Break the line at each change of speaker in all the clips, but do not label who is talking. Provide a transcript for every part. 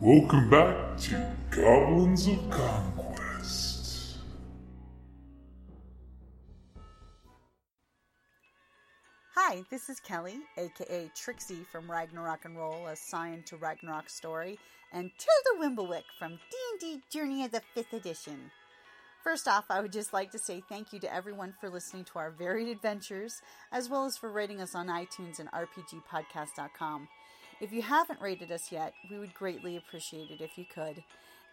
Welcome back to Goblins of Conquest.
Hi, this is Kelly, aka Trixie from Ragnarok and Roll, a Sign to Ragnarok story, and Tilda Wimblewick from D&D Journey of the 5th Edition. First off, I would just like to say thank you to everyone for listening to our varied adventures, as well as for rating us on iTunes and RPGpodcast.com. If you haven't rated us yet, we would greatly appreciate it if you could.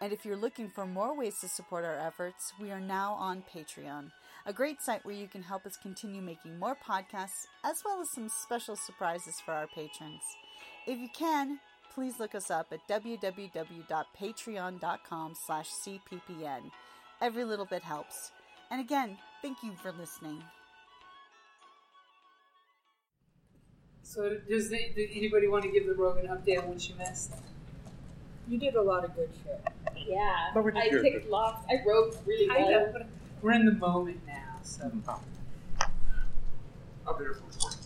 And if you're looking for more ways to support our efforts, we are now on Patreon, a great site where you can help us continue making more podcasts, as well as some special surprises for our patrons. If you can, please look us up at www.patreon.com slash cppn. Every little bit helps. And again, thank you for listening.
So does the, did anybody want to give the rogue an update on what she missed?
You did a lot of good shit.
Yeah.
But we're just
I
here.
picked locks. I wrote really
I know,
well.
but we're in the moment now. So
I'll be here for 40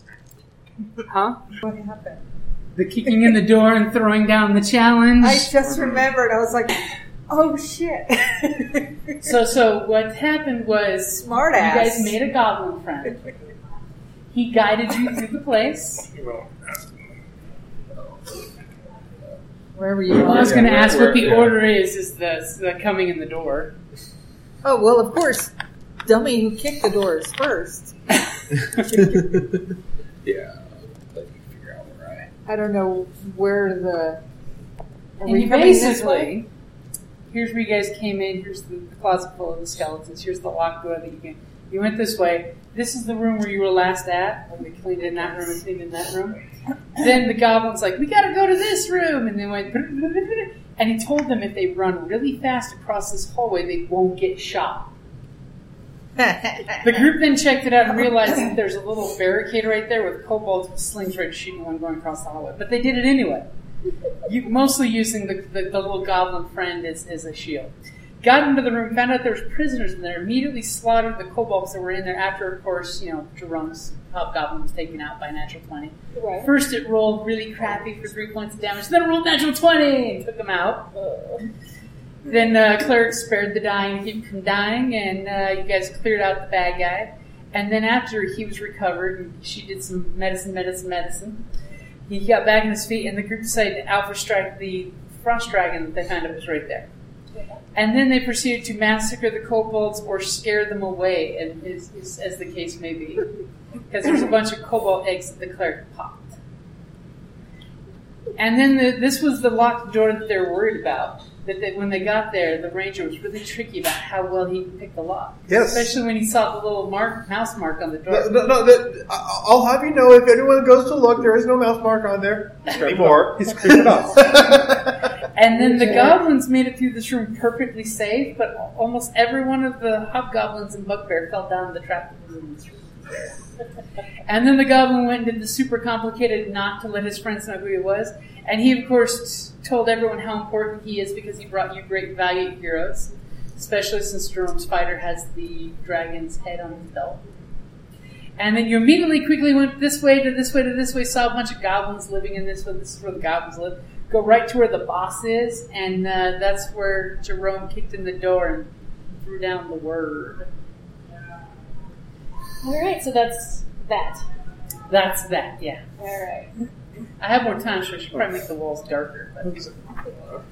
minutes.
huh?
What happened?
The kicking in the door and throwing down the challenge.
I just remembered. I was like, oh shit.
so so what happened was
Smart ass.
You guys made a goblin friend. He guided you through the place.
Well, that's another
Wherever you
I
are.
was going to
Yeah,
ask what the
we're-
order is. Is the, is the coming in the door?
Oh, well, of course. Dummy who kicked the doors first.
yeah. Let me figure out where
I don't know where the. Are
And you
coming this way?
basically, here's where you guys came in. Here's the, the closet full of the skeletons. Here's the locked door that you can. You went this way. This is the room where you were last at. When we cleaned in that room and cleaned in that room. then the goblin's like, "We gotta go to this room," and they went. And he told them if they run really fast across this hallway, they won't get shot. The group then checked it out and realized that there's a little barricade right there with kobolds with slings ready to shoot one going across the hallway. But they did it anyway. You, mostly using the, the, the little goblin friend as, as a shield. Got into the room, found out there was prisoners in there, immediately slaughtered the kobolds that were in there after, of course, you know, Jerome's hobgoblin was taken out by natural 20.
Right.
First it rolled really crappy for three points of damage, then it rolled natural 20 and took them out. Then the cleric spared the dying, keep from dying, and uh, you guys cleared out the bad guy. And then after he was recovered, and she did some medicine, medicine, medicine. He got back on his feet, and the group decided to alpha strike the frost dragon that they found it was right there. And then they proceeded to massacre the kobolds or scare them away, and is, is, as the case may be, because there's a bunch of kobold eggs that the cleric popped. And then the, this was the locked door that they're worried about. That they, when they got there, the ranger was really tricky about how well he could pick the lock.
Yes.
Especially when he saw the little mark, mouse mark on the door.
No, no, no that, I- I'll have you know if anyone goes to look, there is no mouse mark on there anymore. He's cleared it up.
And then the goblins made it through this room perfectly safe, but al- almost every one of the hobgoblins and bugbear fell down the trap that was in this room. and then the goblin went and did the super complicated not to let his friends know who he was. And he, of course, told everyone how important he is because he brought you great value heroes, especially since Jerome's fighter has the dragon's head on his belt. And then you immediately quickly went this way to this way to this way, saw a bunch of goblins living in this one. This is where the goblins live. Go right to where the boss is, and uh, that's where Jerome kicked in the door and threw down the word.
All right. So that's that.
That's that, yeah.
All right.
I have more time, so I should probably make the walls darker. But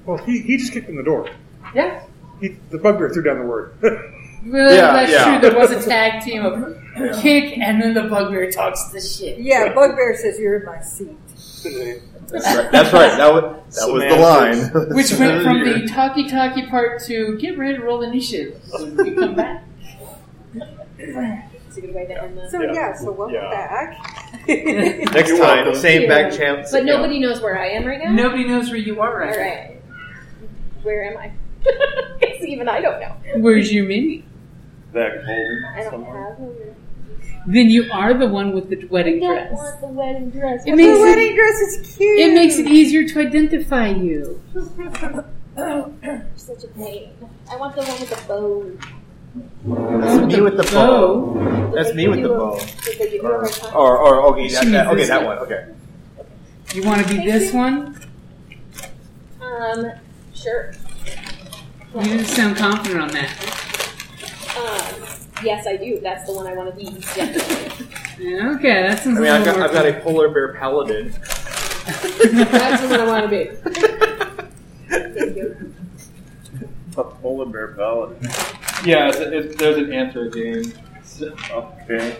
well, he, he just kicked in the door.
yeah.
He, the bugbear threw down the word.
Well,
Yeah,
that's
yeah.
true. There was a tag team of kick, and then the bugbear talks the shit.
Yeah, Bugbear says you're in my seat.
That's right. That's right. That was, that was the line.
Which went from the talkie talkie part to get ready to roll initiative when we come back.
It's a good way to end this.
So, yeah,
Yeah.
so welcome
Yeah.
back.
next
You're
time.
welcome.
Same back chance.
But nobody knows where I am right now.
Nobody knows where you are
All
right,
right. Where am I? Guess even I don't know.
now. Where's your mini?
That
I don't
Somewhere.
have. one.
Then you are the one with the
I
wedding
don't
dress.
want the wedding dress.
It makes
the
it-
wedding dress is cute.
It makes it easier to identify you.
You're such a pain. I want the one with the bow.
That's me with the bow.
Oh,
That's
Did
me
they
with
do
the
a-
bow.
Did they give you a
Or,
hard time?
or, or okay,
She
that,
means
that, okay,
this
that
one.
one. Okay.
You want to be
Thank
this
you.
one?
Um, sure.
You didn't sound confident on that.
Um, yes, I do. That's the one I want to be. definitely.
Yeah, Okay, that sounds
I mean,
a
I've
little
got,
more
I've got a polar bear paladin.
That's the one I want to be. Thank you.
A polar bear paladin.
Yeah, it's, it's, there's an answer game.
Okay.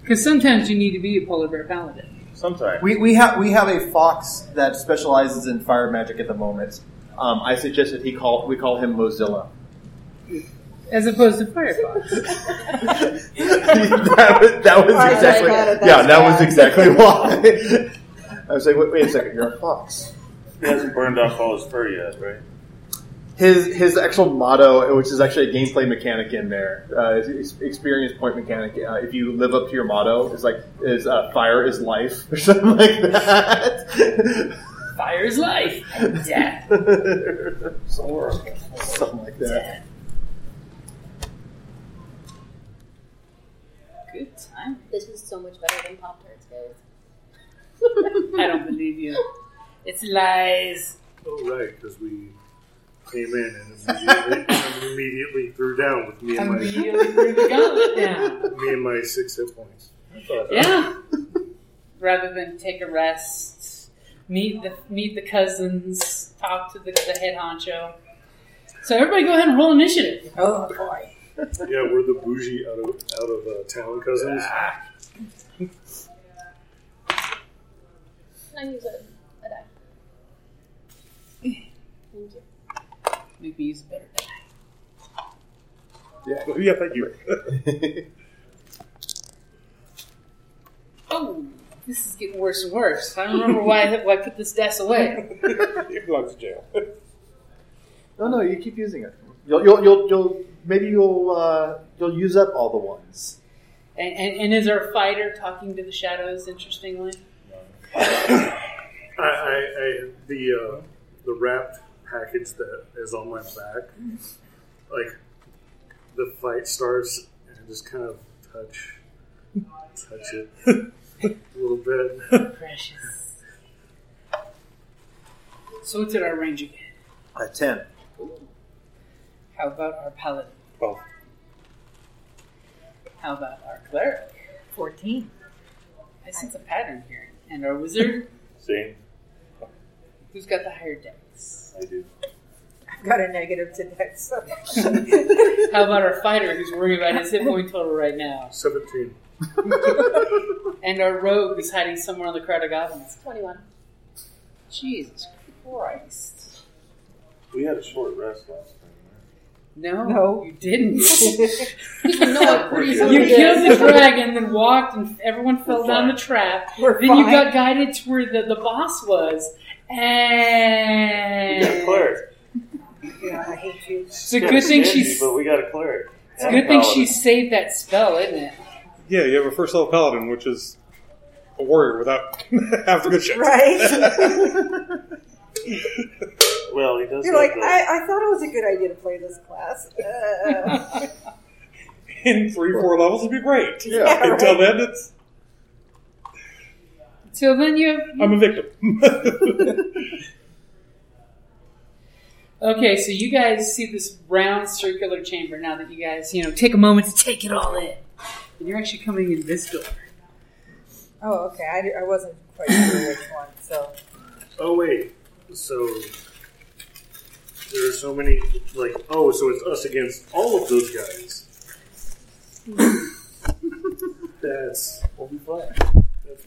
Because sometimes you need to be a polar bear paladin.
Sometimes.
We, we have we have a fox that specializes in fire magic at the moment.
Um, I suggested he call we call him Mozilla.
As opposed to Firefox.
that was, that was
I like
exactly
that, that's
yeah. That was
bad.
exactly why. I was like, wait, wait a second, you're a fox.
He hasn't burned off all his fur yet, right?
His his actual motto, which is actually a gameplay mechanic in there, uh, is ex- experience point mechanic. Uh, if you live up to your motto, it's like is uh, fire is life or something like that.
Fire is life. Death.
something like that.
Good time.
This is so much better than Pop Tarts, guys.
I don't believe you. It's lies.
Oh, right, because we came in and immediately, immediately threw down with me and my
Immediately through the gauntlet now.
me and my six hit points.
Yeah. Rather than take a rest, meet the meet the cousins, talk to the, the head honcho. So everybody, go ahead and roll initiative.
Oh boy.
Yeah, we're the bougie out of out of uh, town cousins.
Can I use a, a die? Thank you.
Maybe use a better.
yeah, thank you.
Oh, this is getting worse and worse. I don't remember why I, why I put this desk away.
It belongs to jail.
No, no, you keep using it. You'll you'll you'll, you'll maybe you'll uh, you'll use up all the ones.
And, and, and is our fighter talking to the shadows? Interestingly,
I, I, I the uh, the wrap package that is on my back, like the fight starts and I just kind of touch touch it a little bit.
Oh, precious. So what's at our range again?
Uh, ten.
How about our paladin?
Twelve.
How about our cleric?
Fourteen.
I sense a pattern here. And our wizard,
Same,
who's got the higher dex?
I do.
I've got a negative to that. So.
How about our fighter, who's worrying about his hit point total right now?
Seventeen.
And our rogue, who's hiding somewhere in the crowd of goblins?
21.
Jesus Christ.
We had a short rest last time.
No,
No.
you didn't.
No, please.
you killed the dragon, then walked, and everyone fell
We're
down
fine.
the trap.
We're
then you
fine.
got guided to where the, the boss was. And
Yeah, I hate you.
it's a good thing she's.
we got a cleric.
It's a good thing she saved that spell, isn't it?
Yeah, you have a first level paladin, which is a warrior without half the good shit.
Right?
Well, he does.
You're like, I, I thought it was a good idea to play this class. Uh,
In three, four levels would be great.
Yeah.
Yeah, right.
Until then, it's
So then you.
I'm a victim.
Okay, so you guys see this round circular chamber now that you guys, you know, take a moment to take it all in. And you're actually coming in this door.
oh, okay. I, I wasn't quite sure which one. So
Oh wait, so there are so many. Like, oh, so it's us against all of those guys. That's we'll be fine. That's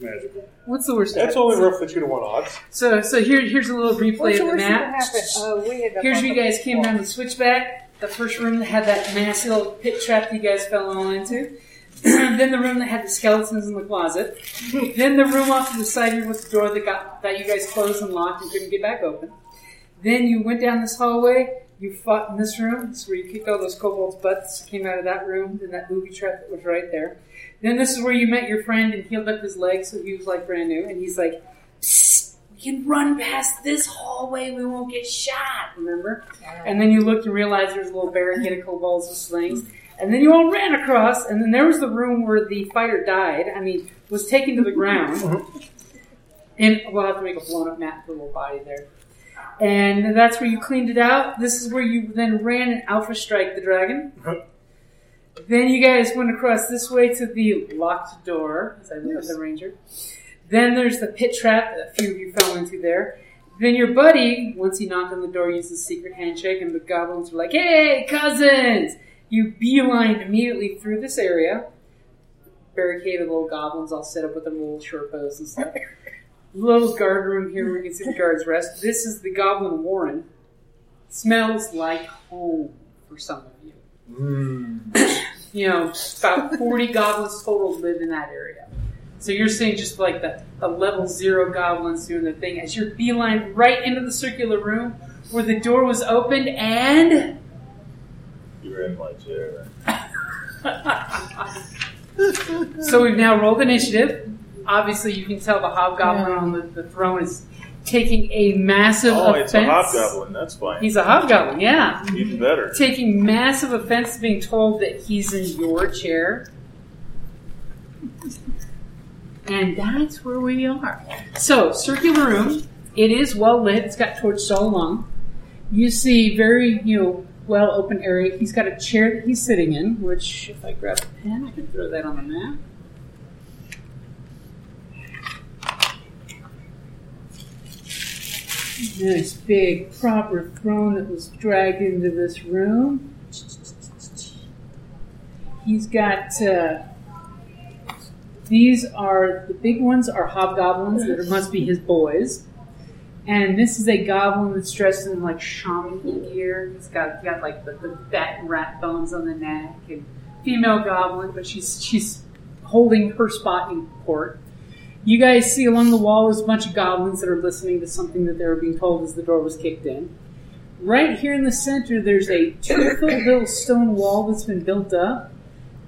magical.
What's the worst?
That's
that is?
only roughly two to one odds.
So, so here, here's a little replay
What's the
of the
worst that
map.
happened? Oh, we ended up
Here's
on
where you
the
guys came
baseball.
down the switchback. The first room that had that massive little pit trap you guys fell all into. then the room that had the skeletons in the closet. then the room off to the side here was the door that got that you guys closed and locked and couldn't get back open. Then you went down this hallway. You fought in this room. This is where you kicked all those kobolds' butts. Came out of that room and that booby trap that was right there. Then this is where you met your friend and healed up his leg, so he was like brand new. And he's like, Psst, "We can run past this hallway. We won't get shot." Remember? And then you looked and realized there's a little barricade of kobolds with slings. And then you all ran across, and then there was the room where the fighter died. I mean, was taken to the ground. And we'll have to make a blown up map for the little body there. And that's where you cleaned it out. This is where you then ran and alpha strike the dragon. Then you guys went across this way to the locked door, as I look at the ranger. Then there's the pit trap that a few of you fell into there. Then your buddy, once he knocked on the door, used a secret handshake, and the goblins were like, "Hey, cousins!" You beelined immediately through this area, barricaded little goblins all set up with their little short bows and stuff. little guard room here where you can see the guards rest. This is the goblin warren. Smells like home for some of you you know, about 40 goblins total live in that area. So you're seeing just like the, the level zero goblins doing their thing as you're beeline right into the circular room where the door was opened and.
You were in my chair.
So we've now rolled initiative. Obviously, you can tell the hobgoblin on the, the throne is taking a massive
oh,
offense.
it's a hobgoblin. That's fine.
He's a hobgoblin, yeah.
Even better.
taking massive offense to being told that he's in your chair. And that's where we are. So, circular room. It is well lit. It's got torches all along. You see very, you know, well open area. He's got a chair that he's sitting in, which, if I grab a pen, I can throw that on the map. Nice big proper throne that was dragged into this room. He's got uh, these are the big ones are hobgoblins that are, must be his boys, and this is a goblin that's dressed in like shaman gear. He's got got like the, the bat and rat bones on the neck, and female goblin, but she's she's holding her spot in court. You guys see along the wall is a bunch of goblins that are listening to something that they were being told as the door was kicked in. Right here in the center, there's a two foot little stone wall that's been built up.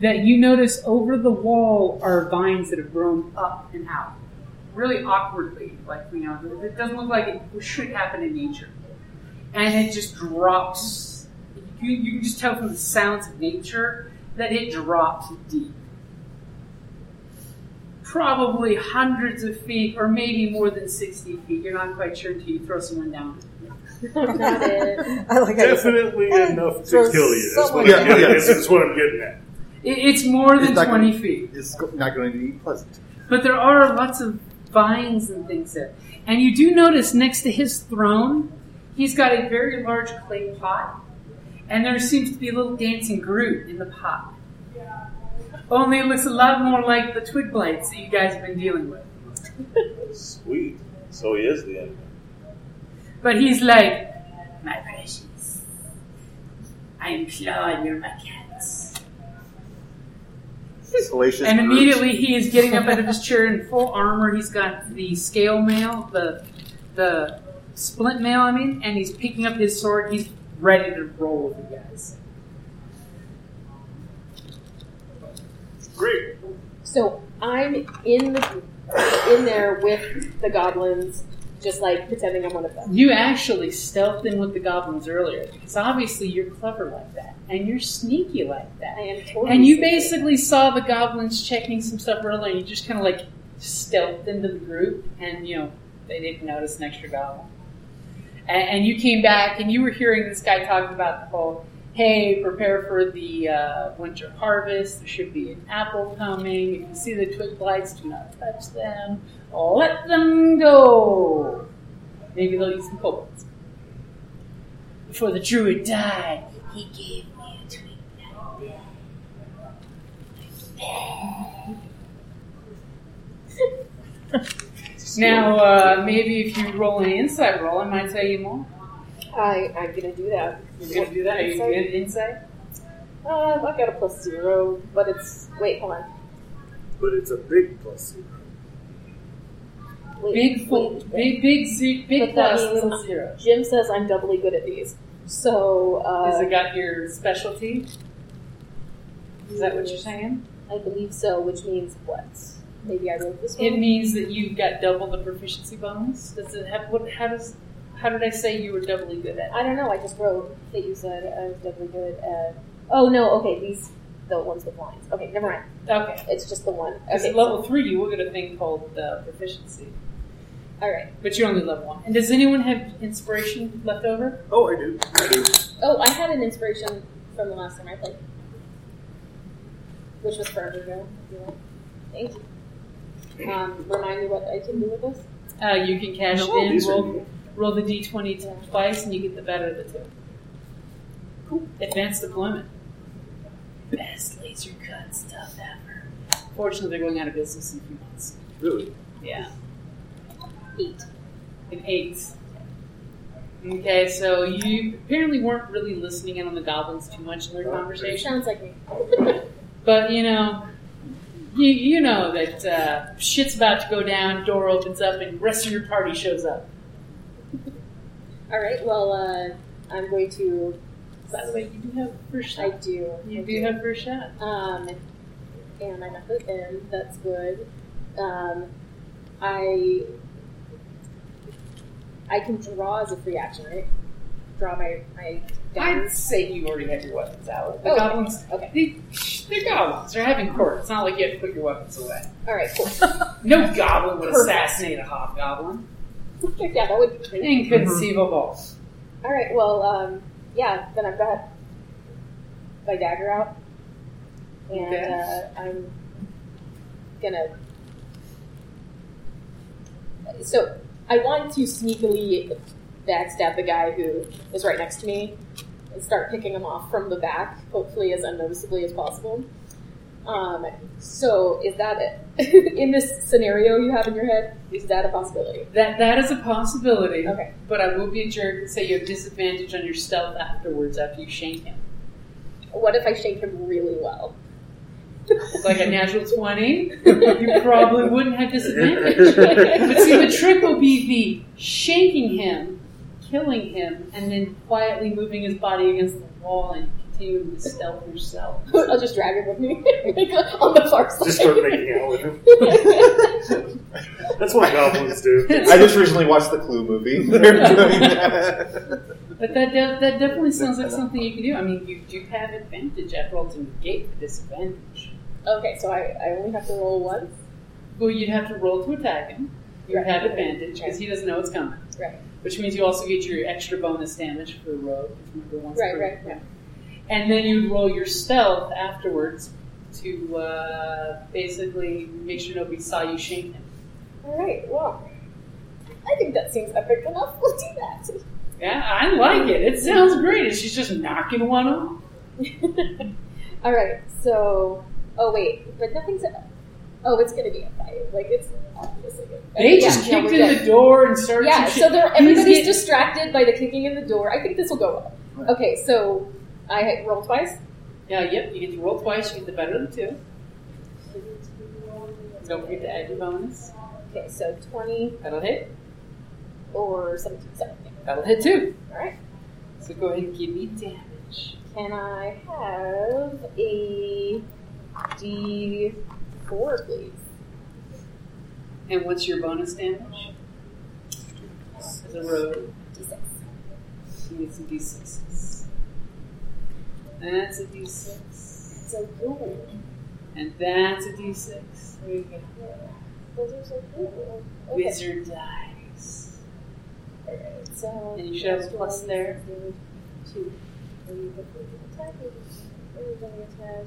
That you notice over the wall are vines that have grown up and out, really awkwardly. Like you know, it doesn't look like it should happen in nature, and it just drops. You, you can just tell from the sounds of nature that it drops deep probably hundreds of feet or maybe more than 60 feet. You're not quite sure until you throw someone down.
Got it.
I like how you said-
Definitely enough to
throw
kill you. That's
someone-
what, I'm
Yeah,
getting-
yeah.
that's- that's what I'm getting at.
It, it's more than
It's not
20
gonna-
feet.
It's go- not going to be pleasant.
But there are lots of vines and things there. And you do notice next to his throne, he's got a very large clay pot. And there seems to be a little dancing Groot in the pot. Only it looks a lot more like the twig blades that you guys have been dealing with.
Sweet. So he is the enemy.
But he's like, my precious, I implore you're my cats.
Salacious
And
brutes.
immediately he is getting up out of his chair in full armor. He's got the scale mail, the the splint mail, I mean, and he's picking up his sword. He's ready to roll with you guys.
Great.
So I'm in the in there with the goblins, just like pretending I'm one of them.
You actually stealthed in with the goblins earlier because obviously you're clever like that and you're sneaky like that.
I am totally.
And you
sneaky.
basically saw the goblins checking some stuff earlier, and you just kind of like stealthed into the group, and you know they didn't notice an extra goblin. And, and you came back, and you were hearing this guy talking about the whole, "Hey, prepare for the uh, winter harvest. There should be an apple coming. If you see the twig blights, do not touch them. Let them go. Maybe they'll eat some kobolds." Before the druid died, he gave me a twig like this. Now, uh, maybe if you roll an insight roll, I might tell you more.
I I'm gonna do that.
You're going to do that. Are you
Insight?
good at insight?
Uh, I've got a plus zero, but it's wait, hold on.
But it's a big plus.
Wait,
Big, full,
wait, wait.
big, big, ze- big
But that
plus
means-
little zero.
Jim says I'm doubly good at these. So
Has
uh,
it got your specialty? Is that what you're saying?
I believe so, which means what? Maybe I wrote this
It
one.
means that you've got double the proficiency bonus. Does it have what? How does? How did I say you were doubly good at?
I don't know. I just wrote that you said I was doubly good at. Oh no. Okay, these the ones with lines. Okay, never mind.
Okay.
It's just the one.
Because
Okay,
at level three, you will get a thing called uh, proficiency.
All right.
But you only love one. And does anyone have inspiration left over?
Oh, I do. I do.
Oh, I had an inspiration from the last time I played, which was forever ago. if you want. Thank you. Um, remind me what I can do with this.
Uh, you can cash
No,
in,
these are
roll, roll the d20 twice, and you get the better of the two. Cool. Advanced deployment. Best laser cut stuff ever. Fortunately, they're going out of business in a few months.
Really?
Yeah.
Eight.
An eight. Okay, so you apparently weren't really listening in on the goblins too much in
Oh,
their conversation.
Sounds like me.
But you know, you you know that uh, shit's about to go down. Door opens up, and rest of your party shows up.
All right. Well, uh, I'm going to.
By the way, you do have first shot.
I do.
You
I
do have first shot.
Um, and I'm at the end. That's good. Um, I I can draw as a free action, right? Draw my my.
I'd
guns.
say you already have your weapons out. The
Oh, okay.
goblins, okay, they, they're goblins. They're having court. It's not like you have to put your weapons away.
All right. Cool.
No goblin would
Perfect.
assassinate a hobgoblin.
yeah, that would be great.
Inconceivable.
All right. Well, um, yeah. Then I've got my dagger out, and
Okay.
uh, I'm gonna. So I want to sneakily backstab the guy who is right next to me and start picking him off from the back, hopefully as unnoticeably as possible. Um, so is that it? in this scenario you have in your head? Is that a possibility?
That that is a possibility.
Okay.
But I will be a jerk and say you have disadvantage on your stealth afterwards after you shank him.
What if I shake him really well?
Like a natural twenty, you probably wouldn't have disadvantage. but see, the trick will be the shanking him, killing him, and then quietly moving his body against the wall and continuing to stealth yourself.
I'll just drag him with me like, on the far side.
Just start making out with him. That's what goblins do.
I just recently watched the Clue movie. They're doing that.
But that de- that definitely sounds like something you can do. I mean, you do have advantage after all to negate the disadvantage.
okay, so I, I only have to roll once.
Well, you'd have to roll to attack him. You would
Right.
have advantage because he doesn't know it's coming.
Right.
Which means you also get your extra bonus damage for rogue. If you remember once
Right,
per-
right,
yeah. And then you roll your stealth afterwards to uh, basically make sure nobody saw you shank him.
All right, well, I think that seems epic enough. We'll do that.
Yeah, I like it. It sounds great. And she's just knocking one off.
All right, so oh wait, but nothing's. Oh, it's gonna be a fight. Like it's obviously. Good.
They just
yeah,
kicked
we're
in
good.
the door and started.
Yeah,
some
so
shit.
they're,
He's
everybody's
getting-
distracted by the kicking in the door. I think this will go well. Okay, so I roll twice.
Yeah, yep. You get to roll twice. You get the better of the two. Don't forget to add your bonus.
Okay, so twenty
That'll hit.
or seventeen. Seventeen.
That'll hit too.
All right.
So go ahead and give me damage.
Can I have a D4, please?
And what's your bonus damage? As a rogue,
D6.
you need some d6s. That's a d6.
So cool.
And that's a d6.
There you go. Those are so cool. Okay.
Wizard dies.
Alright, so.
And you should have a plus there.
Two. Are you going to attack? Are you going to attack?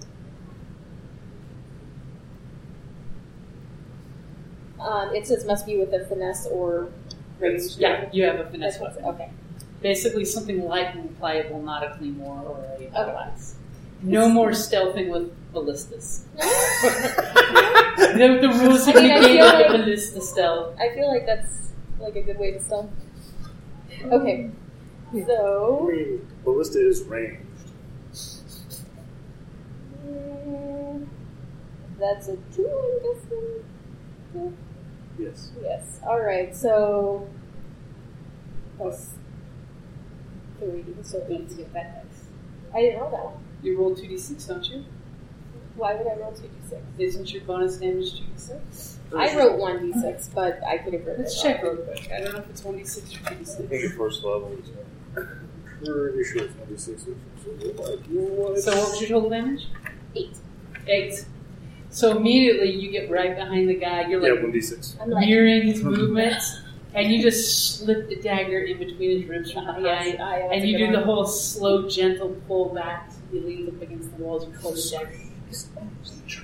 Um, it says must be with a finesse or range.
Yeah, you have a finesse
That's
weapon.
what- Okay.
Basically, something light and pliable, not a claymore or a pickaxe. No
It's-
more stealthing with ballistas. the, the rules have
I mean, I
negated
feel
the
like-
ballista stealth.
I feel like that's like a good way to sell. Okay.
Mm.
I
So
mean, ballista is ranged.
mm, that's a two, I'm guessing.
Yes.
Yes. All right. So plus three, so eight to get that. I didn't roll that one.
You roll 2d6, don't you?
Why would I roll two d six?
Isn't your bonus damage 2d6?
I wrote one d six, but I could have written.
Let's
it
check
wrong.
real quick. I don't know if it's 1d6 or
I think
2d6.
your first level is uh,
Pretty sure it's 96 or something. Like, you know what?
So what was your total damage?
Eight.
Eight. So immediately you get right behind the guy. You're
Yeah,
like
1d6.
I'm like
mirroring his movements. and you just slip the dagger in between his ribs from behind,
oh, yes, I- Uh-huh. that's
and
a
you
good
do the
one.
whole slow, gentle pull back. You lean up against the walls and pull the dagger.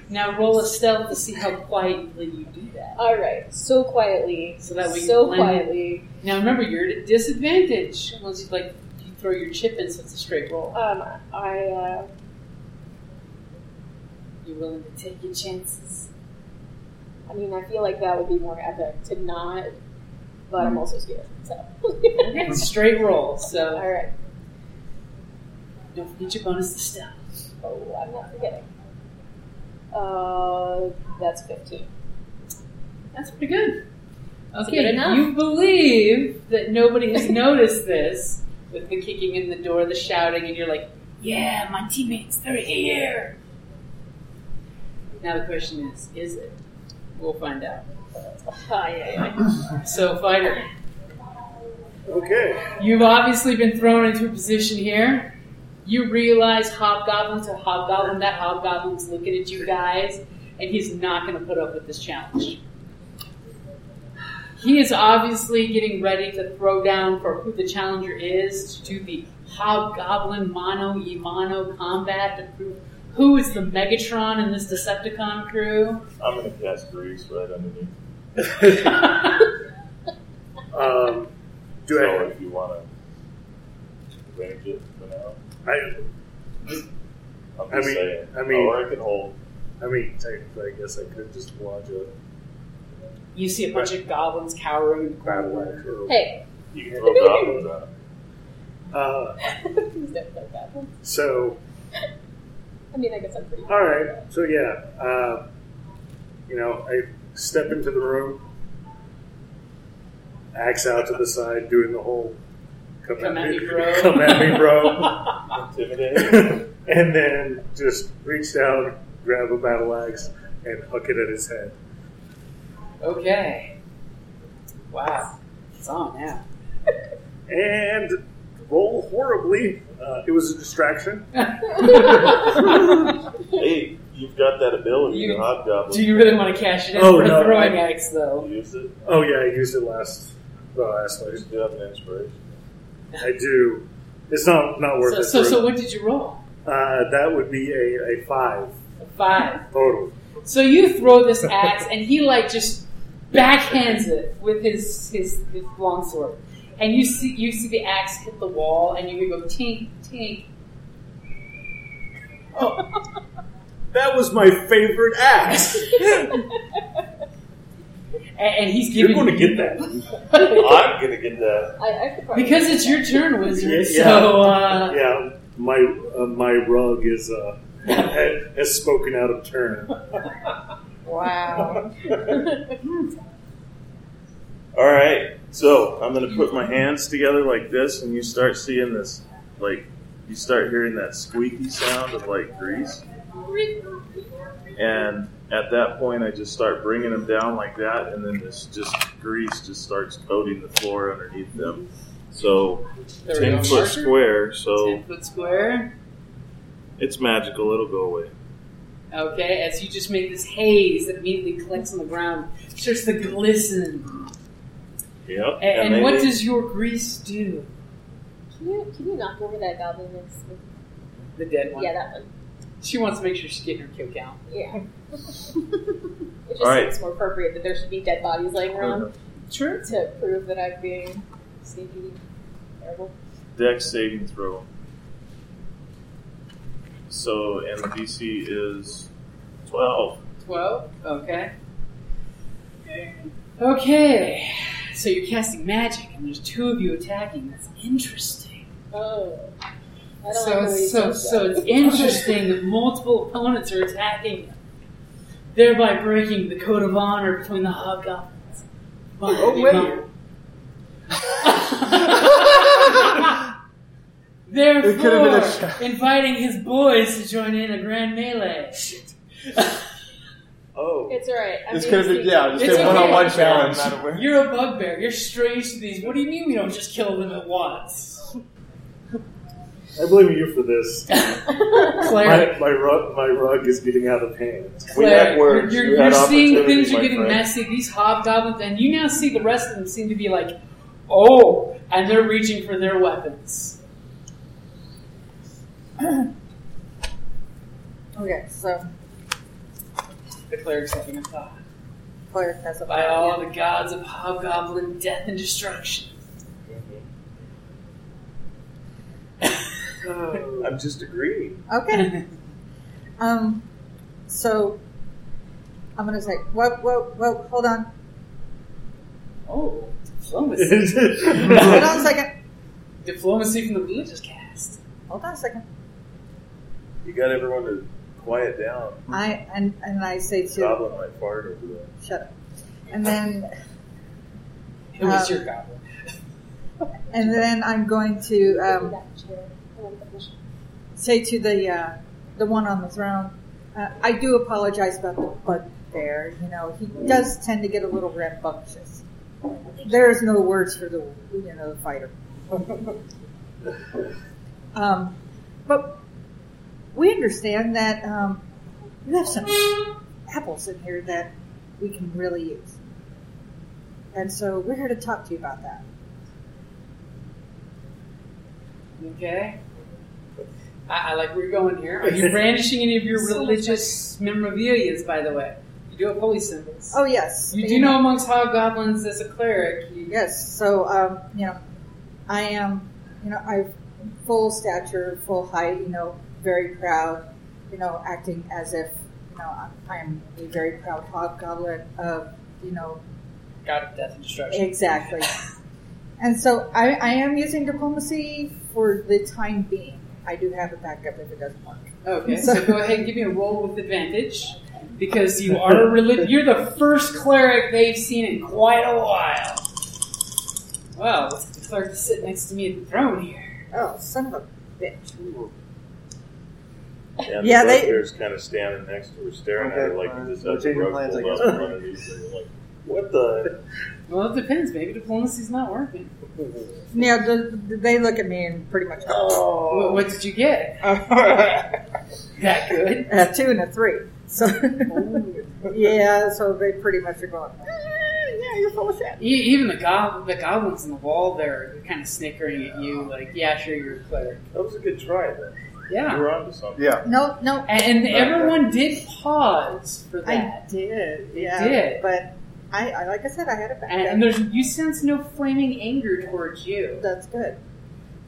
Now roll a stealth to see how quietly you do that.
All right, so quietly, so
that way you
so
blend in.
quietly.
Now remember, you're at a disadvantage unless you like you throw your chip in, so it's a straight roll.
Um, I uh,
You're willing to take your chances.
I mean, I feel like that would be more epic to not, but
Mm-hmm.
I'm also scared. So
Okay, straight roll. So
all right.
don't forget your bonus to stealth.
Oh, I'm not forgetting. Uh, that's fifteen.
That's pretty good.
That's
Okay,
good enough.
you believe that nobody has noticed this with the kicking in the door, the shouting, and you're like, yeah, my teammates, they're here. Now the question is, is it? We'll find out. So, fighter,
Okay.
you've obviously been thrown into a position here. You realize hobgoblins are hobgoblin. That hobgoblin's looking at you guys, and he's not going to put up with this challenge. He is obviously getting ready to throw down for who the challenger is to do the hobgoblin mono e mono combat to prove who is the Megatron in this Decepticon crew.
I'm gonna cast Grease right underneath.
Um, do
so
I?
if you wanna range it for now.
I,
I'm
I
just
mean,
saying.
I mean,
or I can hold.
I mean, technically, I guess I could just lodge a
You see a bunch of goblins cowering in the corner.
or-
Hey,
You can throw goblins at him.
Uh,
Please don't play that one.
so,
I mean, I guess I'm pretty.
all right. So yeah, uh, you know, I step into the room, axe out to the side, doing the whole "come,
Come at me, bro."
come at me, bro,"
Intimidate.
and then just reach down, grab a battle axe, and huck it at his head.
Okay. Wow. It's on now.
and roll horribly. Uh, it was a distraction.
hey, you've got that ability,
You-
the hobgoblin.
Do you really want to cash it in
Oh,
for
no,
a throwing
I-
axe, though?
Use it.
Oh yeah, I used it last the last
You
place.
do have an inspiration.
I do. It's not not worth
So,
it.
so,
for-
so what did you roll?
uh, that would be a, a five
A Five.
total.
So you throw this axe, and he like just backhands it with his his, his long sword, and you see you see the axe hit the wall, and you go tink tink.
That was my favorite axe.
And, and he's
You're
giving
going to get that.
I'm gonna get that.
I, I could probably
because it's your turn, wizard.
Yeah, yeah.
So uh,
Yeah, my uh, my rug is uh, has, has spoken out of turn.
Wow.
All right. So I'm gonna put my hands together like this, and you start seeing this, like, you start hearing that squeaky sound of like grease. And at that point, I just start bringing them down like that, and then this just grease just starts coating the floor underneath them. So
There we go,
ten foot
marker.
square. So
ten foot square.
it's magical. It'll go away.
Okay, as you just make this haze that immediately collects on the ground, starts to glisten.
Yep.
A- And, and what
they-
does your grease do?
Can you can you knock over that goblin? That's-
The dead one.
Yeah, that one.
She wants to make sure she's getting her kill count.
Yeah. it just
All right.
seems more appropriate that there should be dead bodies laying around
True.
to prove that I'm being sneaky, terrible.
Deck saving throw. So, and the DC is 12.
12. Okay. Okay. So you're casting magic, and there's two of you attacking. That's interesting.
Oh, I don't
So,
like the way you
so,
said
so
that.
it's interesting that multiple opponents are attacking you, thereby breaking the code of honor between the hobgoblins.
Oh, wait.
It could've been a
Therefore,
shot.
inviting his boys to join in a grand melee.
Oh.
It's all right. I'm
This
being
could have been,
sneaky.
yeah, just
It's
a one on one
okay.
challenge.
You're a bugbear. You're strange to these. What do you mean we don't just kill them at once?
I blame you for this. my, my, rug, my rug is getting out of hand.
Claire, you're, you're, you're seeing
opportunity,
things are
my
getting
friend.
messy. These hobgoblins, and you now see the rest of them seem to be like, oh, and they're reaching for their weapons.
Okay, so
The cleric's having a thought.
Claire has a
By all the gods of hobgoblin death and destruction.
I'm just agreeing.
Okay. um, so I'm gonna say, whoa, whoa, whoa, hold on,
Oh, diplomacy.
hold on a second,
diplomacy from the religious cast.
hold on a second.
You got everyone to quiet down.
I and and I say to
Goblin might fart over there.
shut up, and then
It was
Um,
your goblin.
and then I'm going to um, say to the uh, the one on the throne, uh, I do apologize about the bug there. You know, he does tend to get a little rambunctious. There's no words for the you know the fighter. um, but we understand that um, you have some apples in here that we can really use, and so we're here to talk to you about that.
Okay. I, I like where you're going here. Are you brandishing any of your religious memorabilia, by the way? You do have holy symbols.
Oh yes,
You
they
do know amongst hobgoblins as a cleric, you,
Yes. So, um, you know, I am, you know, I've full stature, full height, you know, very proud, you know, acting as if, you know, I'm- I'm a very proud hobgoblin of, you know,
god of death and destruction.
exactly. And so I, I am using diplomacy for the time being. I do have a backup if it doesn't work.
Okay, so go ahead and give me a roll with advantage because you are a reli- You're the first cleric they've seen in quite a while. Well, let's get the cleric to sit next to me at the throne here.
Oh, son of a bitch.
Yeah, the
Yeah, they-
bugbear's kind of standing next to her, staring at her like he just
fine.
has a
Changing
rug
plans, I
pulled up
guess.
in front of these things. Like, what the?
Well, it depends. Maybe diplomacy's not working.
Now, the, they look at me and pretty much go,
What, what did you get? That good.
a Uh, two and a three. So, yeah, so they pretty much are going, "Eh, yeah, you're full of shit.
E- even the gob- the goblins on the wall there, they're kind of snickering at you, like, "Yeah, sure, you're a cleric."
That was a good try, then. You
Yeah,
were onto something.
Yeah.
No, no,
and, and everyone did pause for
I
that.
did.
You
Yeah,
did.
but I, I like I said, I had a backup.
And, and there's you sense no flaming anger towards you.
That's good.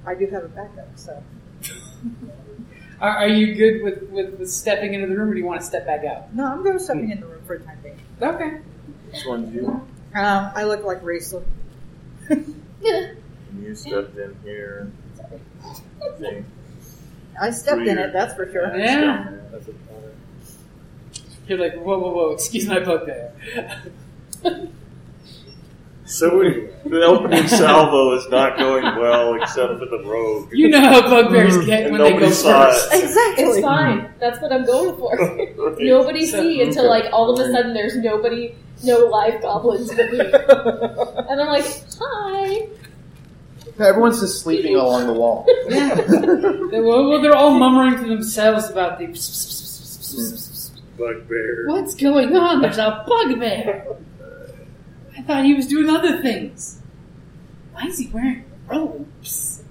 I do have a backup, so
Are, are you good with, with, with stepping into the room, or do you want to step back out?
no, I'm going to something in the room for the time being.
Okay.
This one's you.
Um, I look like Raisel.
And you stepped in here. Thing.
I stepped in it, that's for sure.
Yeah.
That's a pattern.
You're like, whoa, whoa, whoa! Excuse my bug there.
So anyway, the opening salvo is not going well, except for the rogue.
You know how bugbears get
Mm, And
when they
nobody
go
saw
first.
it.
Exactly.
It's fine. That's what I'm going for.
Right.
nobody see until like all of a sudden there's nobody, no live goblins but me. and I'm like, hi.
Everyone's just sleeping along the wall.
They- well, well, they're all murmuring to themselves about
Mm.
the.
Bugbear.
What's going on? There's a bug there. I thought he was doing other things. Why is he wearing robes?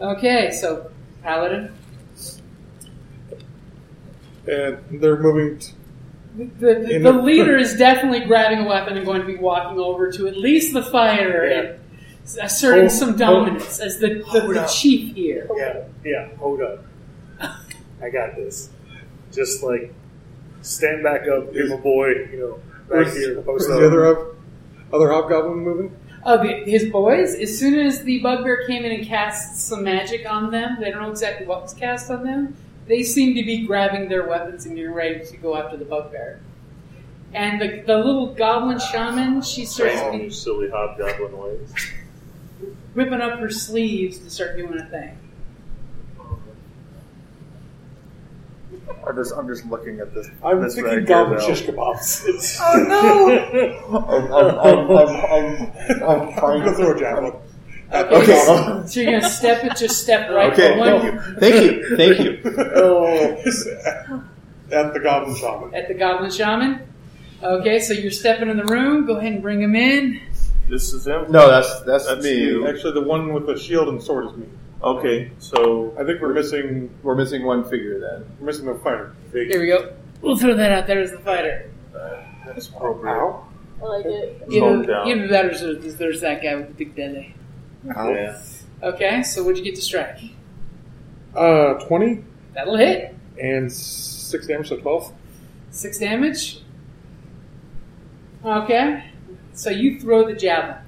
Okay, so paladin.
And they're moving. T-
The, the,
In
the
the-
leader is definitely grabbing a weapon and going to be walking over to at least the fighter
Yeah.
and asserting
Hold-
some
hold-
dominance as the, the,
hold
the
up.
chief here.
Yeah, yeah, hold up. I got this. Just like stand back up, give my boy, you know, back
where's,
here,
where's
post
the other
up.
hob- other hobgoblin moving?
Of the- his boys, as soon as the bugbear came in and cast some magic on them, they don't know exactly what was cast on them. They seem to be grabbing their weapons and getting ready to go after the bugbear. And the, the little goblin shaman, she starts
Oh.
Um,
Same
to be
old silly hobgoblin ways.
ripping up her sleeves to start doing a thing.
I'm just, I'm just looking at this.
I'm
this
thinking
right
goblin
here,
shish kebabs.
Oh no!
though. I'm, I'm, I'm, I'm, I'm, I'm trying
I'm gonna throw a
I'm,
javelin.
Okay.
So you're gonna step it, just step right.
Okay, Oh.
for one
thank you, thank you, thank you.
Oh. At the Goblin Shaman.
at the Goblin Shaman. Okay, so you're stepping in the room. Go ahead and bring him in.
This is him?
No, that's that's, me.
Actually, the one with the shield and sword is me.
Okay, so
I think we're missing
We're missing one figure then.
we're missing the fighter.
There we go. We'll throw that out there as the fighter.
that's appropriate.
I like it.
Calm
Even,
down.
even better is there's, there's that guy with the big belly.
Yeah.
Okay, so what'd you get to strike?
Uh, twenty
That'll hit.
and six damage, so twelve.
Six damage. Okay, so you throw the javelin,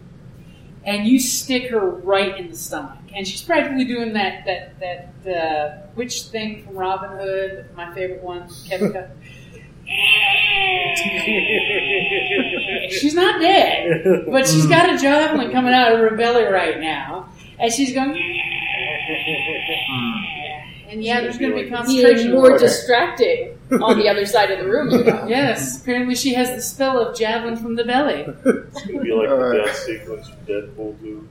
and you stick her right in the stomach, and she's practically doing that that that uh, witch thing from Robin Hood, my favorite one, Kevin. she's not dead, but she's got a javelin coming out of her belly right now, and she's going. And yeah, there's going to be
Even
concentration.
more distracting on the other side of the room. You know?
Yes, apparently she has the spell of javelin from the belly.
It's going to be like the
Alright.
death sequence from Deadpool 2.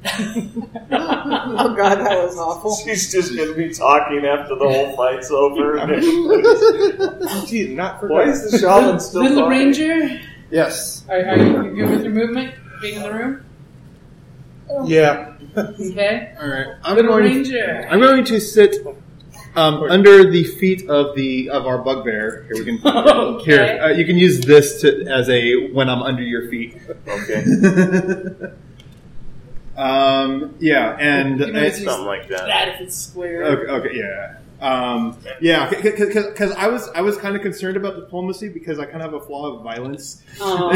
Oh god, that was awful.
She's just going to be talking after the whole fight's over.
She's not
Why is the shaman still
Little
talking?
Ranger,
Yes.
are, are you you good with your movement? Being in the room?
Yeah.
Okay.
All right. I'm
Little
going.
Ranger.
I'm going to sit um, under the feet of the of our bugbear. Here we can.
Okay.
Here, uh, you can use this to as a when I'm under your feet.
Okay,
um. Yeah. And
You know, it's
something like that.
That if it's square.
Okay, okay yeah. Um, yeah, because I was I was kind of concerned about diplomacy because I kind of have a flaw of violence.
Um,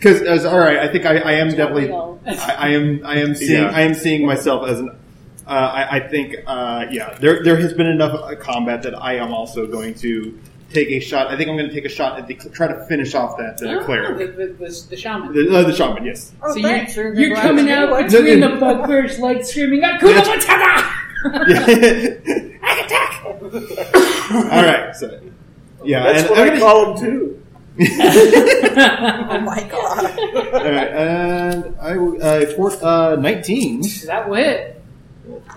Because was all right, I think I, I am definitely I,
Well,
I am I am seeing
Yeah.
I am seeing myself as an. Uh, I, I think uh, yeah, there there has been enough uh, combat that I am also going to take a shot. I think I'm going to take a shot at the try to finish off that uh,
oh, the,
cleric.
the, the, the shaman.
The, uh, the shaman, yes.
Oh,
so
thanks.
you,
You're
you're coming
glad-
out
What?
between the bugbear's legs screaming, Akuna Matata!
Yeah. all right, so yeah,
That's
and
what
I'm
I
gonna-
call him too.
Oh my god.
All right, and I w- uh, for, uh, nineteen.
that wit.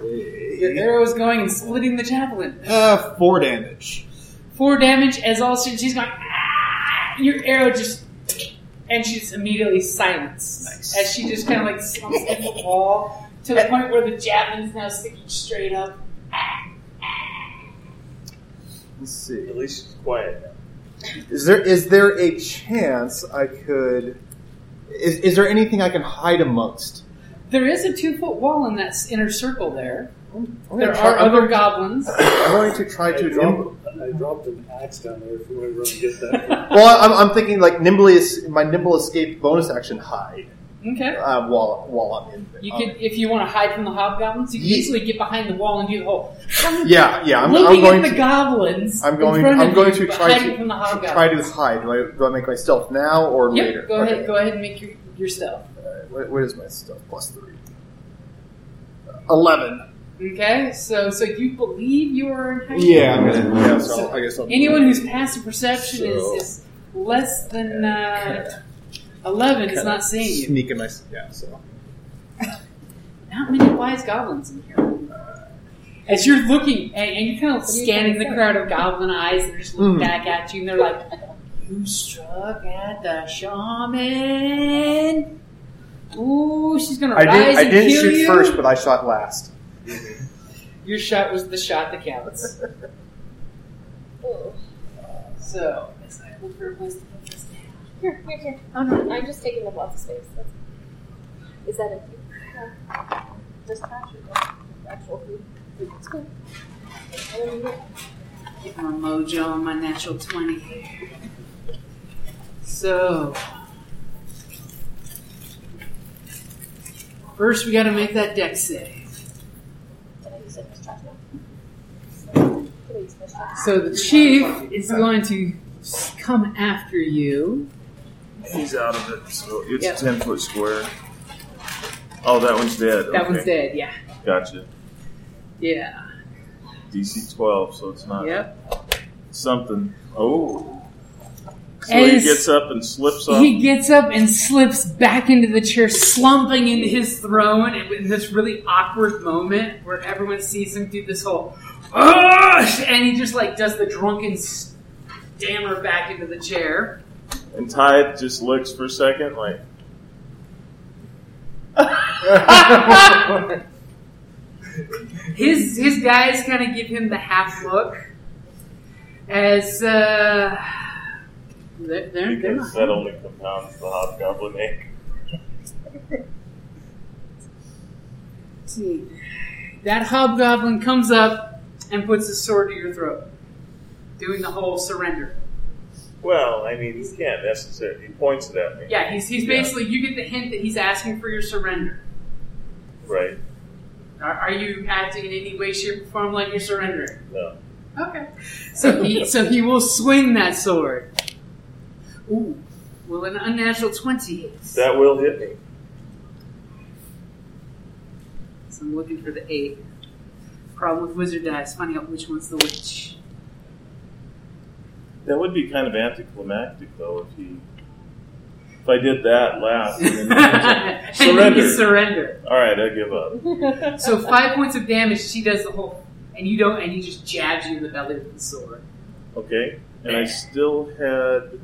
Your arrow is going and splitting the javelin.
Uh, four damage.
Four damage as all she- she's going, "Ah!" Your arrow just. And she's immediately silenced.
Nice.
As she just kind of like slumps into the wall to the point where the javelin is now sticking straight up.
Let's see.
At least she's quiet now.
Is there is there a chance I could? Is, is there anything I can hide amongst?
There is a two foot wall in that s- inner circle there.
I'm gonna
There
try-
are
I'm
other
going-
goblins.
I'm going to try
I
to. Nim-
dropped, I dropped an axe down there if you want to run and get that.
well, I'm, I'm thinking like nimbly es- my nimble escape bonus action hide
Okay.
uh, while while I'm in.
You
um,
could, if you want to hide from the hobgoblins, you can
Ye-
easily get behind the wall and do the whole.
Um, yeah, yeah. I'm,
looking
I'm going
at the
to.
goblins.
I'm
in
going.
front
I'm
of
going
you,
to
but
try
hiding
to
from the hobgoblins.
try to hide. Do I, do I make myself now or
Yep,
later?
Go
Okay.
ahead. Go ahead and make your, your stealth.
What, what is my stuff? Plus three. Uh, Eleven.
Okay. So so you believe you are in hiding.
Yeah, I'm gonna. Yeah, so I guess I'll
Anyone who's passive perception
So-
is, is less than uh, eleven is not seeing you.
sneak in my. Yeah, so
Not many wise goblins in here. As you're looking and, and you're kind of
What are you
scanning
trying
the
to
crowd of goblin eyes, they're just looking
Mm.
back at you and they're like, "You struck at the shaman." Ooh, she's gonna
I
rise
didn't. I
and
didn't
kill
shoot
you.
first, but I shot last.
Your shot was the shot that counts.
oh.
So, as I look for a place to put this down.
Here, here, here. Oh no, I'm just taking up lots of space. That's... Is that it? Yeah. Just trash or actual food? It's good. I don't need it.
Get my mojo on my natural 20 So. First, we gotta make that deck save.
Did I use it? Just trash now. Did I use this trash?
So the chief is going to s- come after you.
He's out of it, so it's
Yep.
10 foot square. Oh, that one's dead.
That
okay.
one's dead, yeah.
Gotcha.
Yeah.
DC 12, so it's not
Yep.
something. Oh.
So
And
he
it's-
gets up and slips off.
He gets up and slips back into the chair, slumping into his throne and in this really awkward moment where everyone sees him do this whole, "Ugh!" and he just like does the drunken stammer back into the chair.
And Ty just looks for a second, like,
his his guys kind of give him the half look as uh, they're, they're, they're
because
not.
that only compounds the hobgoblin egg.
See, That hobgoblin comes up and puts his sword to your throat, doing the whole surrender.
Well, I mean, he can't necessarily. He points it at me.
Yeah, he's he's basically you get the hint that he's asking for your surrender.
Right.
Are, are you acting in any way, shape, or form like you're surrendering?
No.
Okay. So he so he will swing that sword. Ooh, will an unnatural twenty hit?
That will hit me.
So I'm looking for the eight. Problem with wizard dice, finding out which one's the which.
That would be kind of anticlimactic, though, if he. If I did that last. And then
And then you
surrender.
surrender.
All right, I give up.
so five points of damage. She does the whole, and you don't, and he just jabs you in the belly with the sword.
Okay. And I still had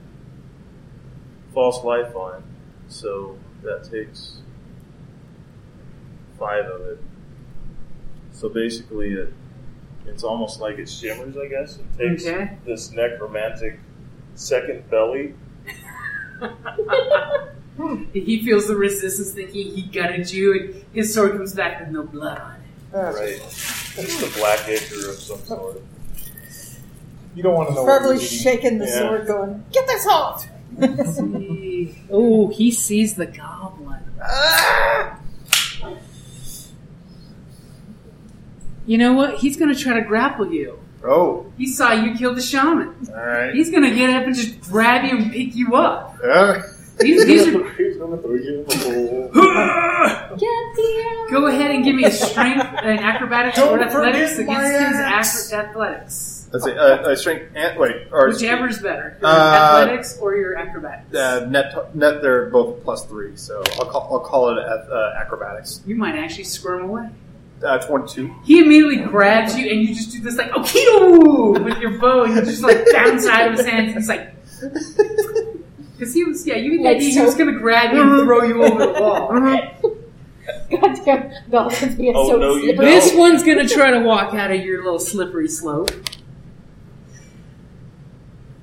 false life on, so that takes five of it. So basically, it, it's almost like it shimmers, I guess. It takes
Okay.
this necromantic second belly.
And he feels the resistance that he, he gutted you, and his sword comes back with no blood on it.
Right. Just a black edger of some sort.
You don't want to know. what
Probably
you're eating.
shaking the
Yeah.
sword, going, "Get this off!"
Oh, he sees the goblin. You know what? He's going to try to grapple you.
Oh,
He saw you kill the shaman.
all right.
He's going to get up and just grab you and pick you up.
Yeah.
These, these are, go ahead and give me a strength, an acrobatics, or
Don't
athletics
forget my
against his
axe.
acro- athletics.
Let's see. Uh, uh, strength and wait, or
Whichever's better, your
Uh,
athletics or your acrobatics.
uh, net net. They're both plus three, so I'll call I'll call it ath- uh, acrobatics.
you might actually squirm away.
Uh, Twenty-two.
He immediately grabs you, and you just do this like okido with your bow, and you just like bounce out of his hands. He's like, because he was yeah, you get the
Like
idea he
so-
was going to grab you and throw you over the wall.
Uh-huh.
Goddamn, Dalton's being
Oh,
so
no, you
slippery.
This one's going to try to walk out of your little slippery slope.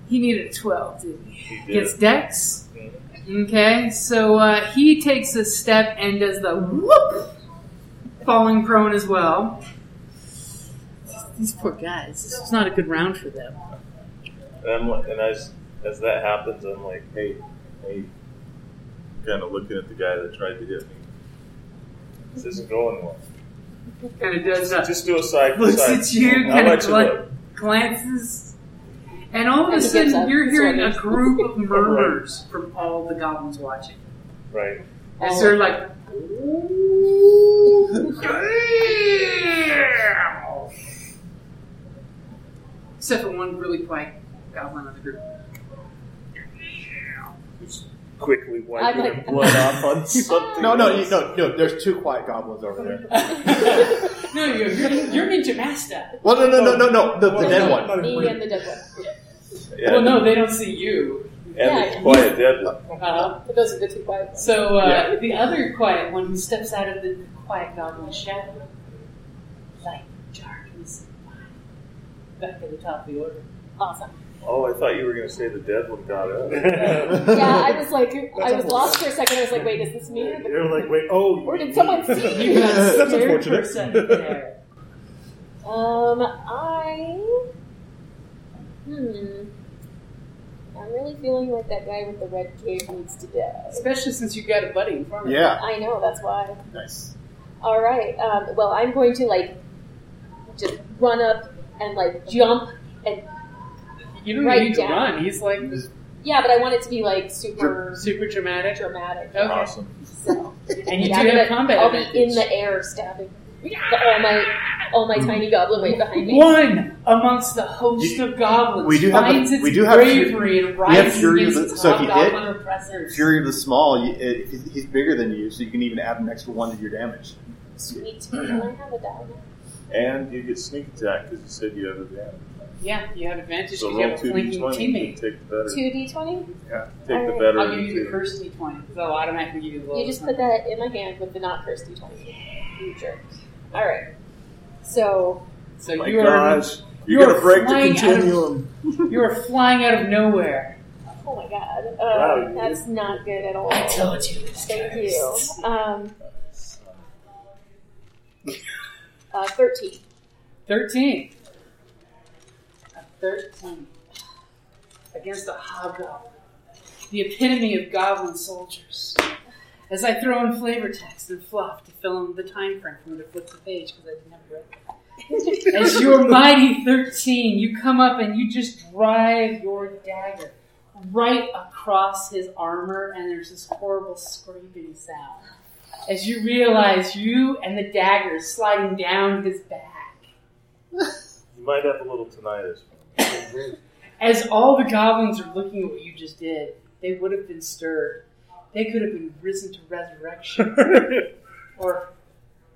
He needed a twelve, didn't he?
He did.
Gets Dex. Okay, so uh, he takes a step and does the whoop, falling prone as well. These poor guys. This was not a good round for them.
And, I'm, like- and as, as that happens, I'm like, hey, hey, kind of looking at the guy that tried to hit me. This isn't going well.
Kind of does uh, that.
Just do a side
looks
side.
at you,
I'll
kind of
let you look.
gla- glances, and all of a
And he gives
sudden
up.
you're
That's
hearing
what
a
it is.
group of murmurs from all the goblins watching.
Right.
Oh.
As they're like, "Damn!" Except for one really quiet goblin of the group.
Quickly wiping
I'm like-
the blood off on something.
No, no, you,
else.
no, no. There's two quiet goblins over there.
No, you're, you're, you're Ninja Master.
Well, no, no, no, no, no. The, the dead one.
Me and the dead one.
Yeah.
Well, no, they don't see you.
And
Yeah.
the quiet dead one.
Uh,
But those are the two quiet ones.
so uh, the other quiet one who steps out of the quiet goblin shadow, light darkens back to the top of the order.
Awesome.
Oh, I thought you were going to say the dead one got up.
Yeah, I was like, I was lost for a second. I was like, wait, is this me?
You're like, wait, oh.
Or did someone see
You
you?
got
That's
scared
unfortunate.
for a second there.
Um, I. Hmm. I'm really feeling like that guy with the red cape needs to die.
Especially since you got a buddy in front of you.
Yeah.
I know, that's why.
Nice.
All right. Um, well, I'm going to like just run up and like jump and
You don't
Right
need to
down.
run. He's like
yeah, but I want it to be like super
super dramatic.
dramatic.
Okay.
Awesome.
So
And you
yeah,
do
I'm
have
gonna-
combat
I'll be
advantage.
in the air stabbing. The, all my all my tiny goblin way behind me.
One amongst the host of goblins
we do have
finds
the,
its
we do have
bravery
Fury-
and
we have
rises
Fury of
against
the,
its
so if you
hobgoblin
hit
oppressors.
Fury of the Small, you, it, he's- he's bigger than you, so you can even add an extra one to your damage.
Sweet. Can I have a die now?
And you get sneak attack because you said you have advantage.
Yeah, you have advantage
So
because you
roll
have a
two d
flanking
twenty.
teammate.
Take the better.
Two d twenty.
Yeah, take the
Alright.
better.
I'll
of
give
the
you
two.
the cursed d20, so automatically give you the
You
lowest
just
number.
put that in my hand with the not cursed d20. You jerk. All right. So
So
My
you are
gosh, you're, gonna break the
flying out of-
continuum.
you are flying out of nowhere.
Oh my god. Uh,
Wow.
That's not good at all.
I told you this
Thank
curse.
you. Um, uh, 13.
Thirteen. A Thirteen against a hobgoblin, the epitome of goblin soldiers. As I throw in flavor text and fluff to fill in the time frame from the flip the page because I didn't have read. As your mighty 13, you come up and you just drive your dagger right across his armor, and there's this horrible scraping sound. As you realize you and the dagger is sliding down his back.
You might have a little tinnitus.
As all the goblins are looking at what you just did, they would have been stirred. They could have been risen to resurrection or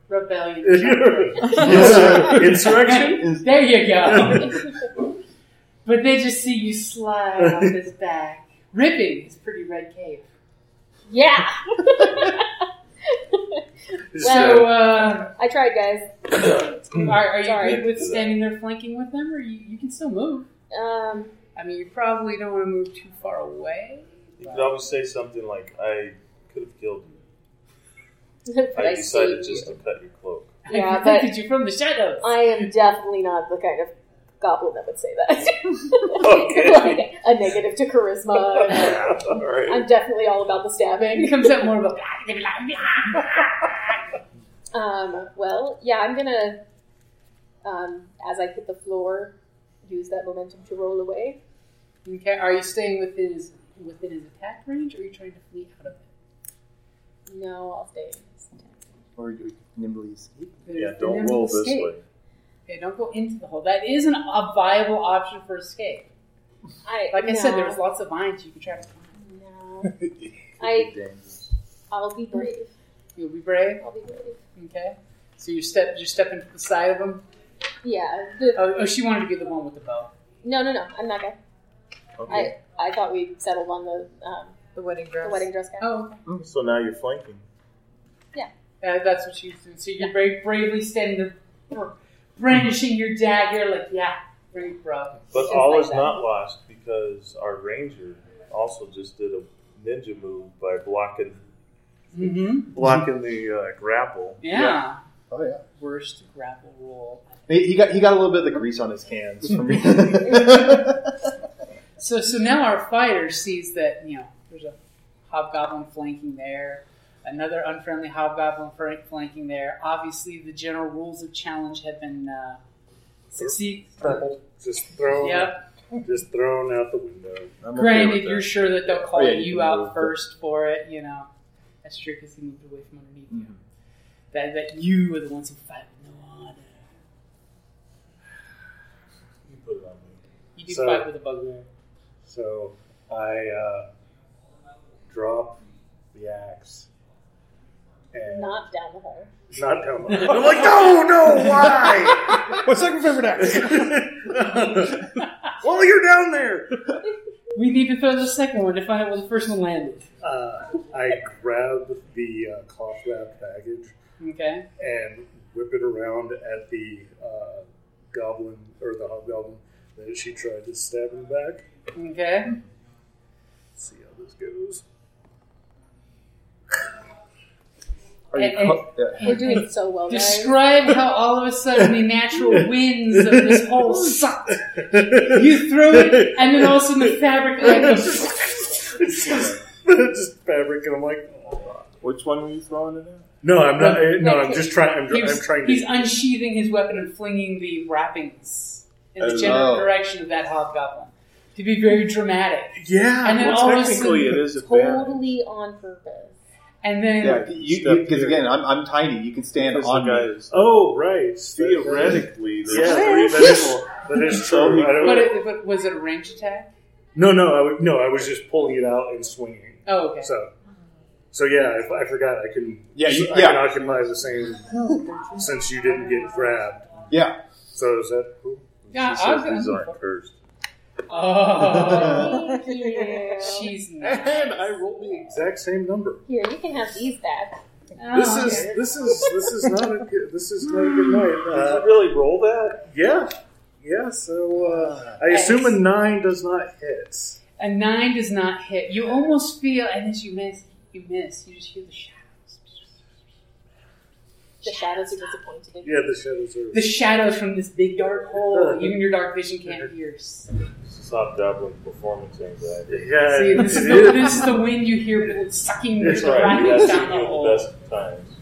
rebellion.
Insurrection.
there you go. but they just see you slide off his back, ripping his pretty red cape.
Yeah!
So, uh,
I tried, guys.
are, are you
Sorry.
good with standing there flanking with them, or you, you can still move?
Um,
I mean, you probably don't want to move too far away.
You could always say something like, "I could have killed you.
but
I
I
decided
see
just to cut your cloak."
Yeah,
I
but-
looked at you from the shadows.
I am definitely not the kind of goblin that would say
Okay.
that. like, a negative to charisma. and, like,
All right.
I'm definitely all about the
It
stabbing.
comes out more of a
Um, well, yeah, I'm gonna, um, as I hit the floor, use that momentum to roll away.
Okay, are you staying within his within his attack range, or are you trying to flee out of it?
No, I'll stay.
Or you nimbly escape.
Yeah,
There's the
don't
nimble
roll this
escape.
way.
Okay, don't go into the hole. That is an, a viable option for escape.
I
Like I said,
no,
there's lots of vines you can try to climb.
no. I I'll be brave.
You'll be brave.
I'll be brave.
Okay, so you step you step into the side of him.
Yeah. the-
Oh, oh, she wanted to be the one with the bow.
no, no, no. I'm not gonna.
Okay.
I thought we settled on the um,
The wedding
the
dress.
wedding dress guy.
Oh, okay.
So now you're flanking.
yeah, that's what she was doing. So you're very bravely standing there, br- brandishing your dagger, like yeah, brave, bro.
But
Just
all
like
is
that.
not lost because our ranger also just did a ninja move by blocking
Mm-hmm.
blocking the uh, grapple.
Yeah.
Oh yeah.
Worst grapple roll.
He he got he got a little bit of the grease on his hands from me.
So, so now our fighter sees that you know there's a hobgoblin flanking there, another unfriendly hobgoblin fr- flanking there. Obviously, the general rules of challenge have been uh, succeed.
Just thrown,
Yep.
just thrown out the window.
I'm okay with
Granted,
that.
you're sure that they'll call
Oh, yeah, you
you
can
out
move, but-
first for it. You know, that's true because he moved away from underneath
Mhm.
you. That that you were the ones who fight with no honor.
You put it on me.
You do
So-
fight with a bugbear.
So I uh, drop the axe
Oh.
and
Not down the hole.
not down the- I'm like, no, no, why?
My second favorite axe.
While you're down there,
We need to throw the second one to find out where the first one landed.
uh, I grab the uh, cloth wrapped package
Okay.
and whip it around at the uh, goblin or the hobgoblin that she tried to stab in the back.
Okay.
Let's see how this goes.
Are you
and-
co- yeah.
We're doing so well, guys.
Describe how all of a sudden the natural winds of this hole sucked. You throw it, and then all of a sudden the fabric like goes.
It's just, just fabric, and I'm like, oh.
Which one were you throwing it at?
no, I'm not. I- no,
Right
I'm just trying. I'm,
He
I'm
was-
trying
he's
to.
unsheathing his weapon and flinging the wrappings in the
Oh.
general direction of that hobgoblin to be very dramatic.
Yeah,
And then
Well,
all of a
technically,
sudden,
it is a
Totally on purpose.
And then
Yeah, you because again, I'm, I'm tiny. You can stand on me.
Oh, right.
Theoretically,
That's-
there's
yeah,
three
that
people.
is, that is true. I don't
but, it, but was it a range attack?
No, no, I would, no. I was just pulling it out and swinging.
Oh, okay.
So, so yeah, I, I forgot I can.
Yeah, you-
I can
yeah.
occupy the same since you didn't get grabbed.
Yeah.
So is that cool?
Yeah,
She
I
says
was-
these aren't cursed.
Oh,
Thank you.
she's not.
And I rolled the exact same number.
Here, you can have these back.
Oh,
This is this is this is not a good, this is not a good night.
Hmm.
Did
Uh,
you really roll that?
yeah, yeah. So uh, I assume a nine does not hit.
A nine does not hit. You almost feel, and as you miss, you miss. You just hear the shadows.
The shadows are disappointed. in you.
Yeah, the shadows are.
The shadows from this big dark hole. Even your dark vision can't pierce.
This is not dabbling performance anxiety.
Yeah,
See, this is,
it
the,
is.
this is the wind you hear sucking
That's
the
right.
rapids
That's
down the
the
hole.
best of times.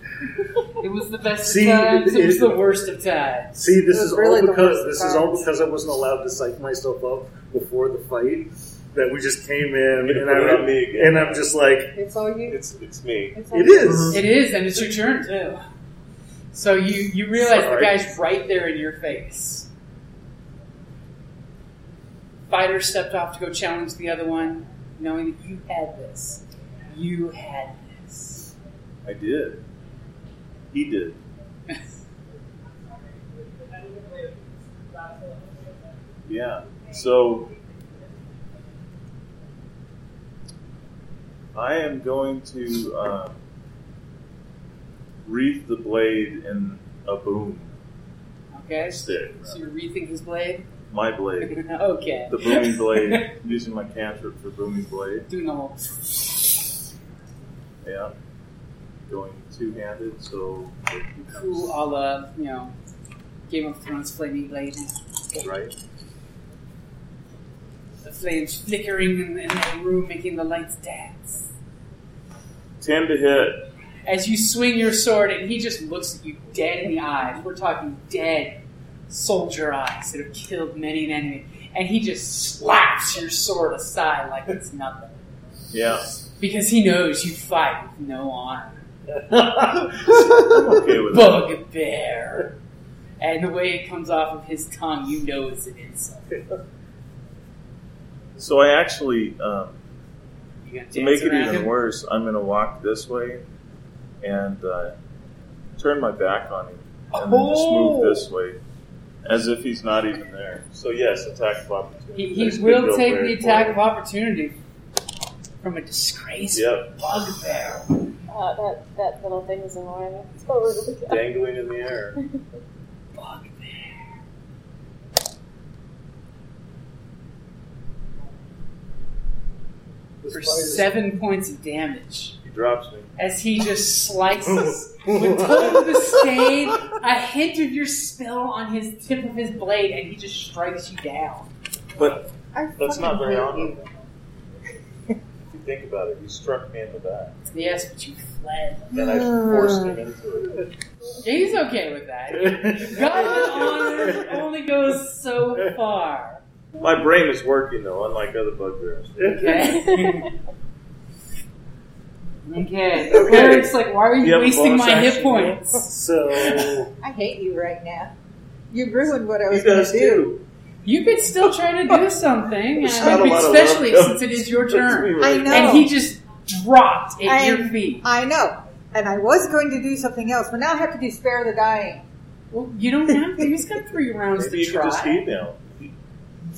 It was the best
See,
of times. It,
it-
was
it-
the worst of times.
See, this
It was
is
really
all
the
because
worst
this
of
is all
times.
because I wasn't allowed to psych myself up before the fight. That we just came in,
You're gonna
and,
put it on
I,
me again.
and I'm just like,
It's all you.
It's it's me.
It's all
it
you.
is.
It is, and it's your turn too. So you you realize
Sorry.
the guy's right there in your face. Fighter stepped off to go challenge the other one, knowing that you had this. You had this.
I did. He did. yeah. So I am going to uh, wreath the blade in a boom
Okay. So
stick.
you're rethink his blade.
My blade.
okay.
The booming blade. Using my cantrip for booming blade.
Doing the whole.
Yeah. Going two handed, so it
Cool,
becomes
all the you know, Game of Thrones flaming blade.
right.
The flames flickering in, in the room, making the lights dance.
Ten to hit.
as you swing your sword and he just looks at you dead in the eyes. We're talking dead soldier eyes that have killed many an enemy. And he just slaps your sword aside like it's nothing.
Yeah.
Because he knows you fight with no honor.
I'm okay with that.
Bugbear. And the way it comes off of his tongue, you know it's an insult.
So I actually, um,
You gotta
to
dance
make it
around
even
him.
worse, I'm going to walk this way and uh, turn my back on him and then just move
Oh.
this way as if he's not even there. So yes, attack of opportunity.
He, he
There's
will
Bill
take
Bear
the
for
attack
it.
of opportunity from a disgraced
Yep,
bugbear.
Uh, that, that little thing is annoying. It's what we're looking at.
dangling in the air.
For seven points of damage.
He drops me.
as he just slices with both the stave, a hint of your spell on his tip of his blade, and he just strikes you down.
But
I
that's
fucking
not very
hate
honorable. If you think about it, he struck me in the back,
Yes, but you fled.
and I forced him into it.
He's okay with that. God with honor only goes so far.
My brain is working though, unlike other bugbears.
Okay. Okay. Eric's like, why are you
You have a
wasting
bonus
my hit
action, Will?
points?
So
I hate you right now. You ruined what I
He
was going
does
to do.
too.
You could still try to do something,
There's not a
and
lot of
especially
love
since it is your
comes to me
turn.
right
I
now.
know.
And he just dropped at
I-
your feet.
I know. And I was going to do something else, but now I have to do spare the dying.
Well, you don't have to. He's got three rounds to
Maybe you could
try.
just email,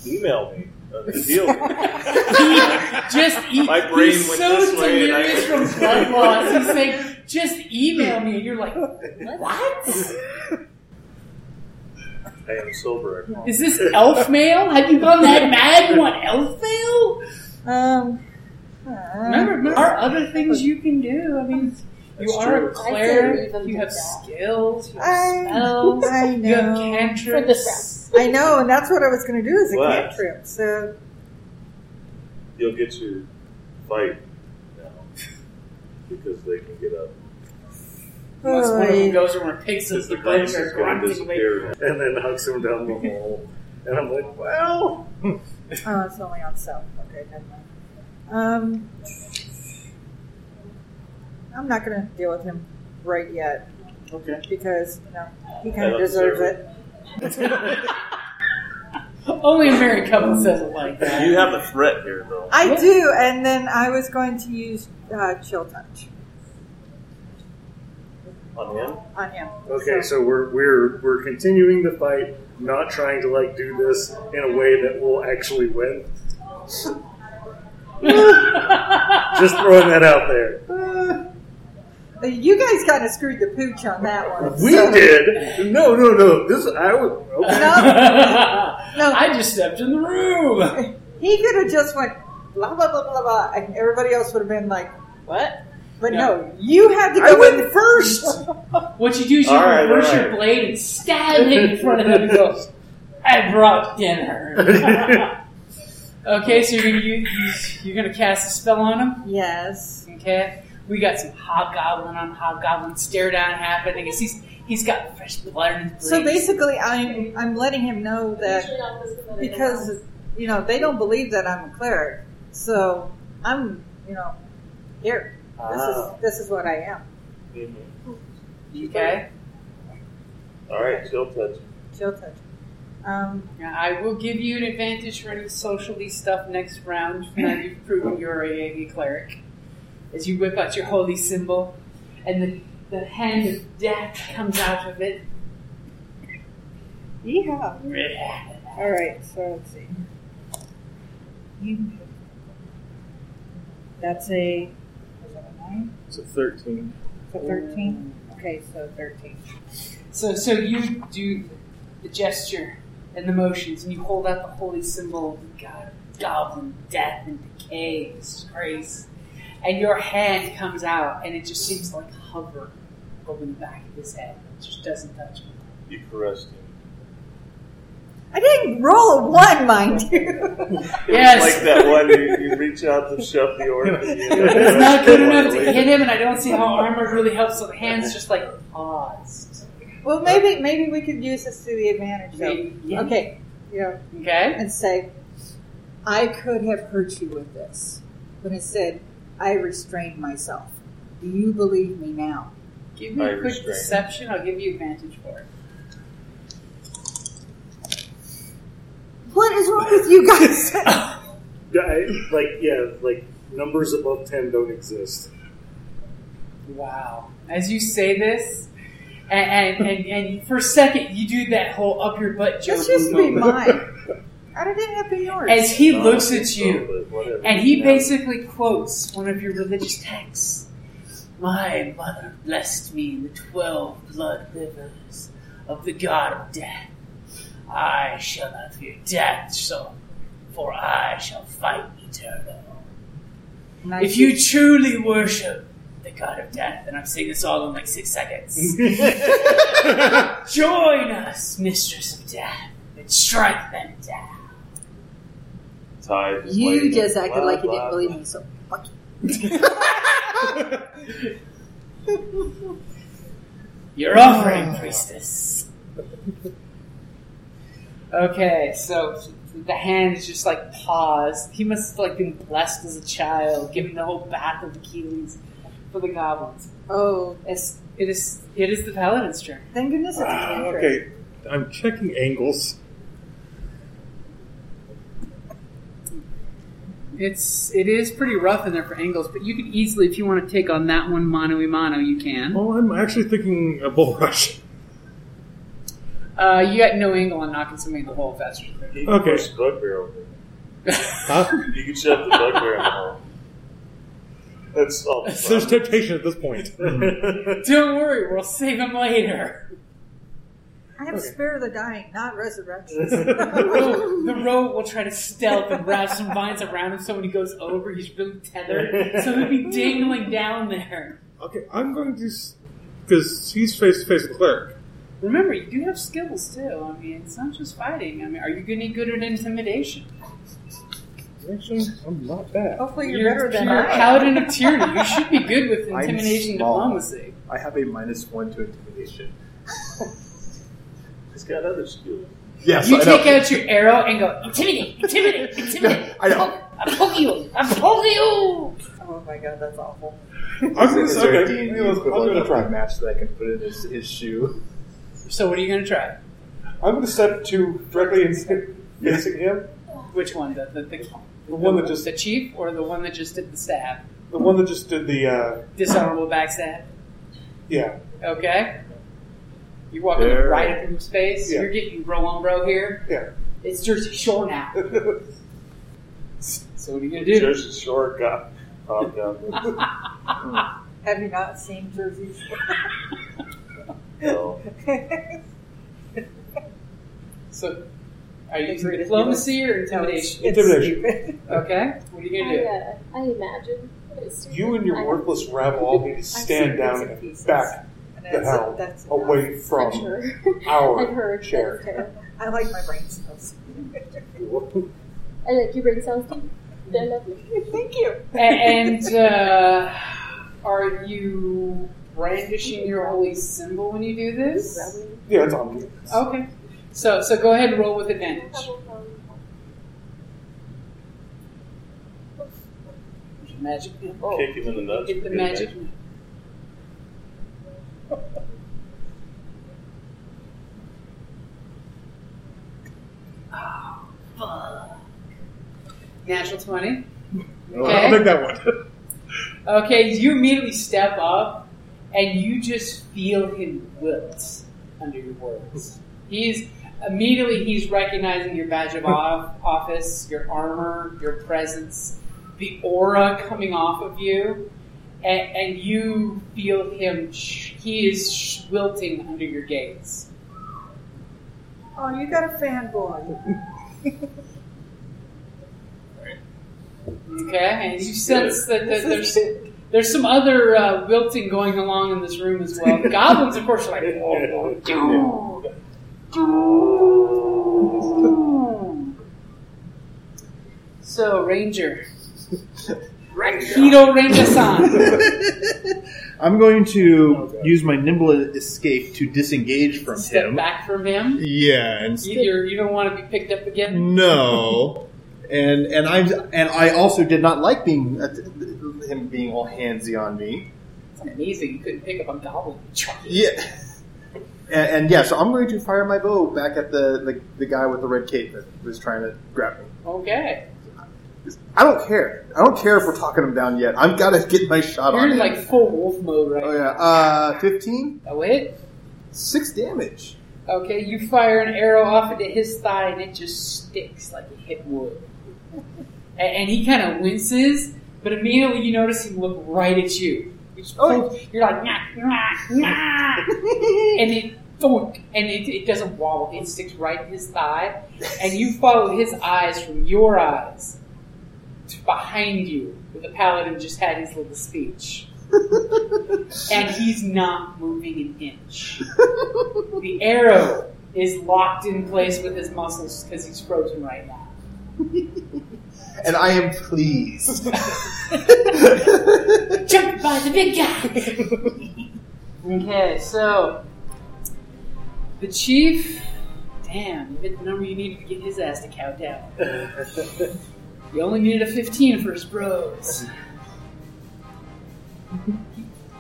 email me. Uh, the deal.
He just e-
My brain
he's
went
so
this way and I-
delirious from blood loss. He's like, just email me. And you're like, what?
I am sober. I promise.
Is this elf mail? Have you gone that mad? You want elf mail?
Um,
Remember, there are other things you can do. I mean, you
That's
are a
true.
I
cleric.
said
You
even
have
do that.
skills. You have
I-
spells.
I
You have
know.
For
cantrips.
this
I know, and that's what I was going to do as a
What?
cantrip. So,
You'll get your fight now because they can get up.
Unless one of them
Boy.
goes over and picks up
Because
the
the grass
book
is
or
going to
grunting away.
disappear.
and then hugs him down the hall, and I'm like, well,
oh, it's only on self. Okay, never mind. Um, I'm not going to deal with him right yet.
Okay.
Because you know he
I
kind of
love
deserves
Sarah.
it.
Only a married couple says it like that.
You have the threat here, though.
I do, and then I was going to use uh, chill touch
On him?
on him.
Okay, so we're we're we're continuing the fight, not trying to like do this in a way that will actually win. Just throwing that out there.
Uh, You guys kind of screwed the pooch on that one.
We
so-
did. No, no, no. This I would. oh,
No,
I just stepped in the room.
He could have just went blah blah blah blah blah, and everybody else would have been like,
"What?"
But
No.
no, you had to
I
go
went
in first.
What you do is you
All right,
reverse
all right.
your blade and stab it in front of them and go, I brought dinner. okay, so you're gonna use, you're gonna cast a spell on him.
Yes.
Okay. We got some hobgoblin on hobgoblin stare down happening. He's he's- he's got fresh blood in his blade.
So basically, I'm I'm letting him know that because you know they don't believe that I'm a cleric, so I'm you know here. This
Ah.
is this is what I am.
okay.
All right, chill touch.
Chill touch. Um,
Now, I will give you an advantage for any socially stuff next round. Now you've proven you're a, a cleric. As you whip out your holy symbol, and the, the hand of death comes out of it.
yeah. All right. So let's see. That's a. Is that a nine?
It's a 13.
It's a thirteen. Okay, so thirteen.
So, so you do the gesture and the motions, and you hold out the holy symbol of God, goblin, death, and decay, disgrace. And your hand comes out, and it just seems like hover over the back of his head. It just doesn't touch him.
You caressed him.
I didn't roll a one, mind you.
It
Yes.
was like that one you, you reach out to shove the orb.
It's not good enough to hit him, and I don't see how armor really helps. So the hand's just like paused.
well, maybe maybe we could use this to the advantage.
Maybe,
Though.
yeah.
Okay. Yeah.
Okay.
and say, I could have hurt you with this. But instead, I restrained myself. Do you believe me now?
Give me
I
a quick
restrain.
deception. I'll give you advantage for it.
What is wrong with you guys?
Yeah, I, like yeah, like numbers above ten don't exist.
Wow. As you say this, and, and, and, and for a second, you do that whole up your butt joke.
this used to be
moment.
mine. How did it have to be yours?
As he looks
Oh,
at you,
but whatever.
and he
Yeah.
basically quotes one of your religious texts My mother blessed me with 12 blood rivers of the god of death. I shall not fear death, so, for I shall fight eternal.
And I
If you truly worship the god of death, and I'm saying this all in like six seconds, join us, mistress of death, and strike them down.
Tied is
you
like-
just acted
blah,
like you
blah,
didn't believe me, so fuck you.
Your offering, priestess. okay, so the hand is just like paused. He must have like been blessed as a child, given the whole bath of Achilles for the goblins.
Oh,
It's, it is it is the paladin's turn.
thank goodness it's
Ah,
a okay.
okay, I'm checking angles.
It's it is pretty rough in there for angles, but you could easily, if you want to take on that one mano a mano, you can.
Oh, I'm actually thinking a bull rush.
Uh, you got no angle on knocking somebody in the hole faster.
You can
Okay.
push the bugbear over.
Huh?
You can shove the bugbear in the hole. That's all. the
There's temptation at this point.
Don't worry, we'll save him later.
I have Spirit of the Dying, not Resurrection.
Ro- the rogue will try to stealth and wrap some vines around him so when he goes over, he's really tethered. So he'll be dangling down there.
Okay, I'm going to. Because he's face to face with Cleric.
Remember, you do have skills too. I mean, it's not just fighting. I mean, are you going to be good at intimidation?
Actually, I'm not bad.
Hopefully, you're,
You're,
better than
you're a
I. am.
paladin of tyranny. You should be good with
I'm
intimidation and
small.
diplomacy.
I have a minus one to intimidation.
He's got other skills.
Yes,
you
I
take
know.
out your arrow and go, intimidate, intimidate, intimidate.
I know.
I'm poking you. I'm poking you.
Oh my god, that's awful.
Is there a
okay,
D&D
yeah, let's- I'm
equivalent
gonna
of
try.
a match that I can put in his, his shoe?
So what are you going to try?
I'm going to step to directly in, facing him.
Which one? The, the, the,
The one that just
the chief or the one that just did the stab?
the one that just did the uh,
Dishonorable backstab.
yeah.
Okay. You're walking
There.
right up in his face.
Yeah.
You're getting bro on bro here.
Yeah.
It's Jersey Shore now. so what are you going to do?
Jersey Shore got popped up.
Have you not seen Jersey
No.
Shore?
So are you
It's ridiculous.
using diplomacy or
No, it's-
intimidation?
it's
Intimidation.
Okay. What are you going to do?
I, uh, I imagine. that it's stupid.
You and
I-
your worthless rabble all need to stand down and back the hell away from our
I've heard.
chair.
That's terrible.
I like my brain cells.
I like your brain cells too. They're lovely.
Thank you.
A- and uh, are you brandishing your holy symbol when you do this?
Yeah, it's on me.
Okay. So so go ahead and roll with advantage. Magic. Oh.
Kick him in the nuts.
Get the magic. Natural 20.
I don't think that one.
Okay, you immediately step up and you just feel him wilt under your words. He's immediately he's recognizing your badge of off, office, your armor, your presence, the aura coming off of you, and, and you feel him. sh- He is sh- wilting under your gaze.
Oh, you got a fanboy.
Okay, and you
This is
sense
good.
that, that there's there's some other uh, wilting going along in this room as well. The goblins, of course, are like, "Oh, "Whoa, whoa, whoa." so Ranger, Keto Ranger San.
I'm going to use my nimble escape to disengage from
Step
him.
back from him.
Yeah, and
You, you're, you don't want to be picked up again.
Mm.
no, and and I and I also did not like being uh, him being all handsy on me.
It's amazing you couldn't pick up a goblin.
Yeah, and, and yeah, so I'm going to fire my bow back at the, the the guy with the red cape that was trying to grab me.
Okay,
I don't care. I don't care if we're talking him down yet. I've got to get my shot
you're
on.
in
him.
like full wolf mode right Oh,
oh yeah, uh, fifteen,
now. Wait.
six damage.
Okay, you fire an arrow off into his thigh and it just sticks like it hit wood. A- And, he kind of winces, but immediately you notice him look right at you. You just pull- You're like, nah, nah, nah. and it, thunk, and it, it doesn't wobble, it sticks right in his thigh. And you follow his eyes from your eyes to behind you, where the paladin just had his little speech. and he's not moving an inch. The arrow is locked in place with his muscles because he's frozen right now.
And I am pleased.
Jump by the big guy! okay, so. The chief. Damn, you hit the number you needed to get his ass to cow down. you only needed a 15 for his bros.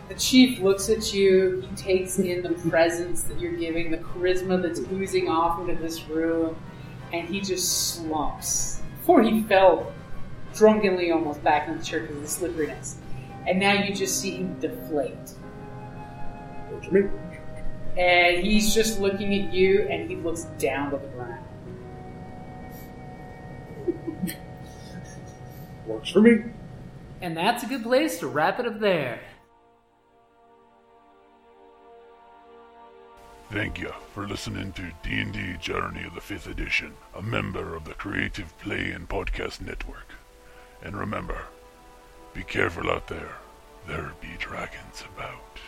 The chief looks at you, he takes in the presence that you're giving, the charisma that's oozing off into this room, and he just slumps. Before he fell drunkenly almost back on the chair because of the slipperiness. And now you just see him deflate. And he's just looking at you and he looks down to the ground.
Works for me.
And that's a good place to wrap it up there.
Thank you for listening to D&D Journey of the 5th Edition, a member of the Creative Play and Podcast Network. And remember, be careful out there. There be dragons about.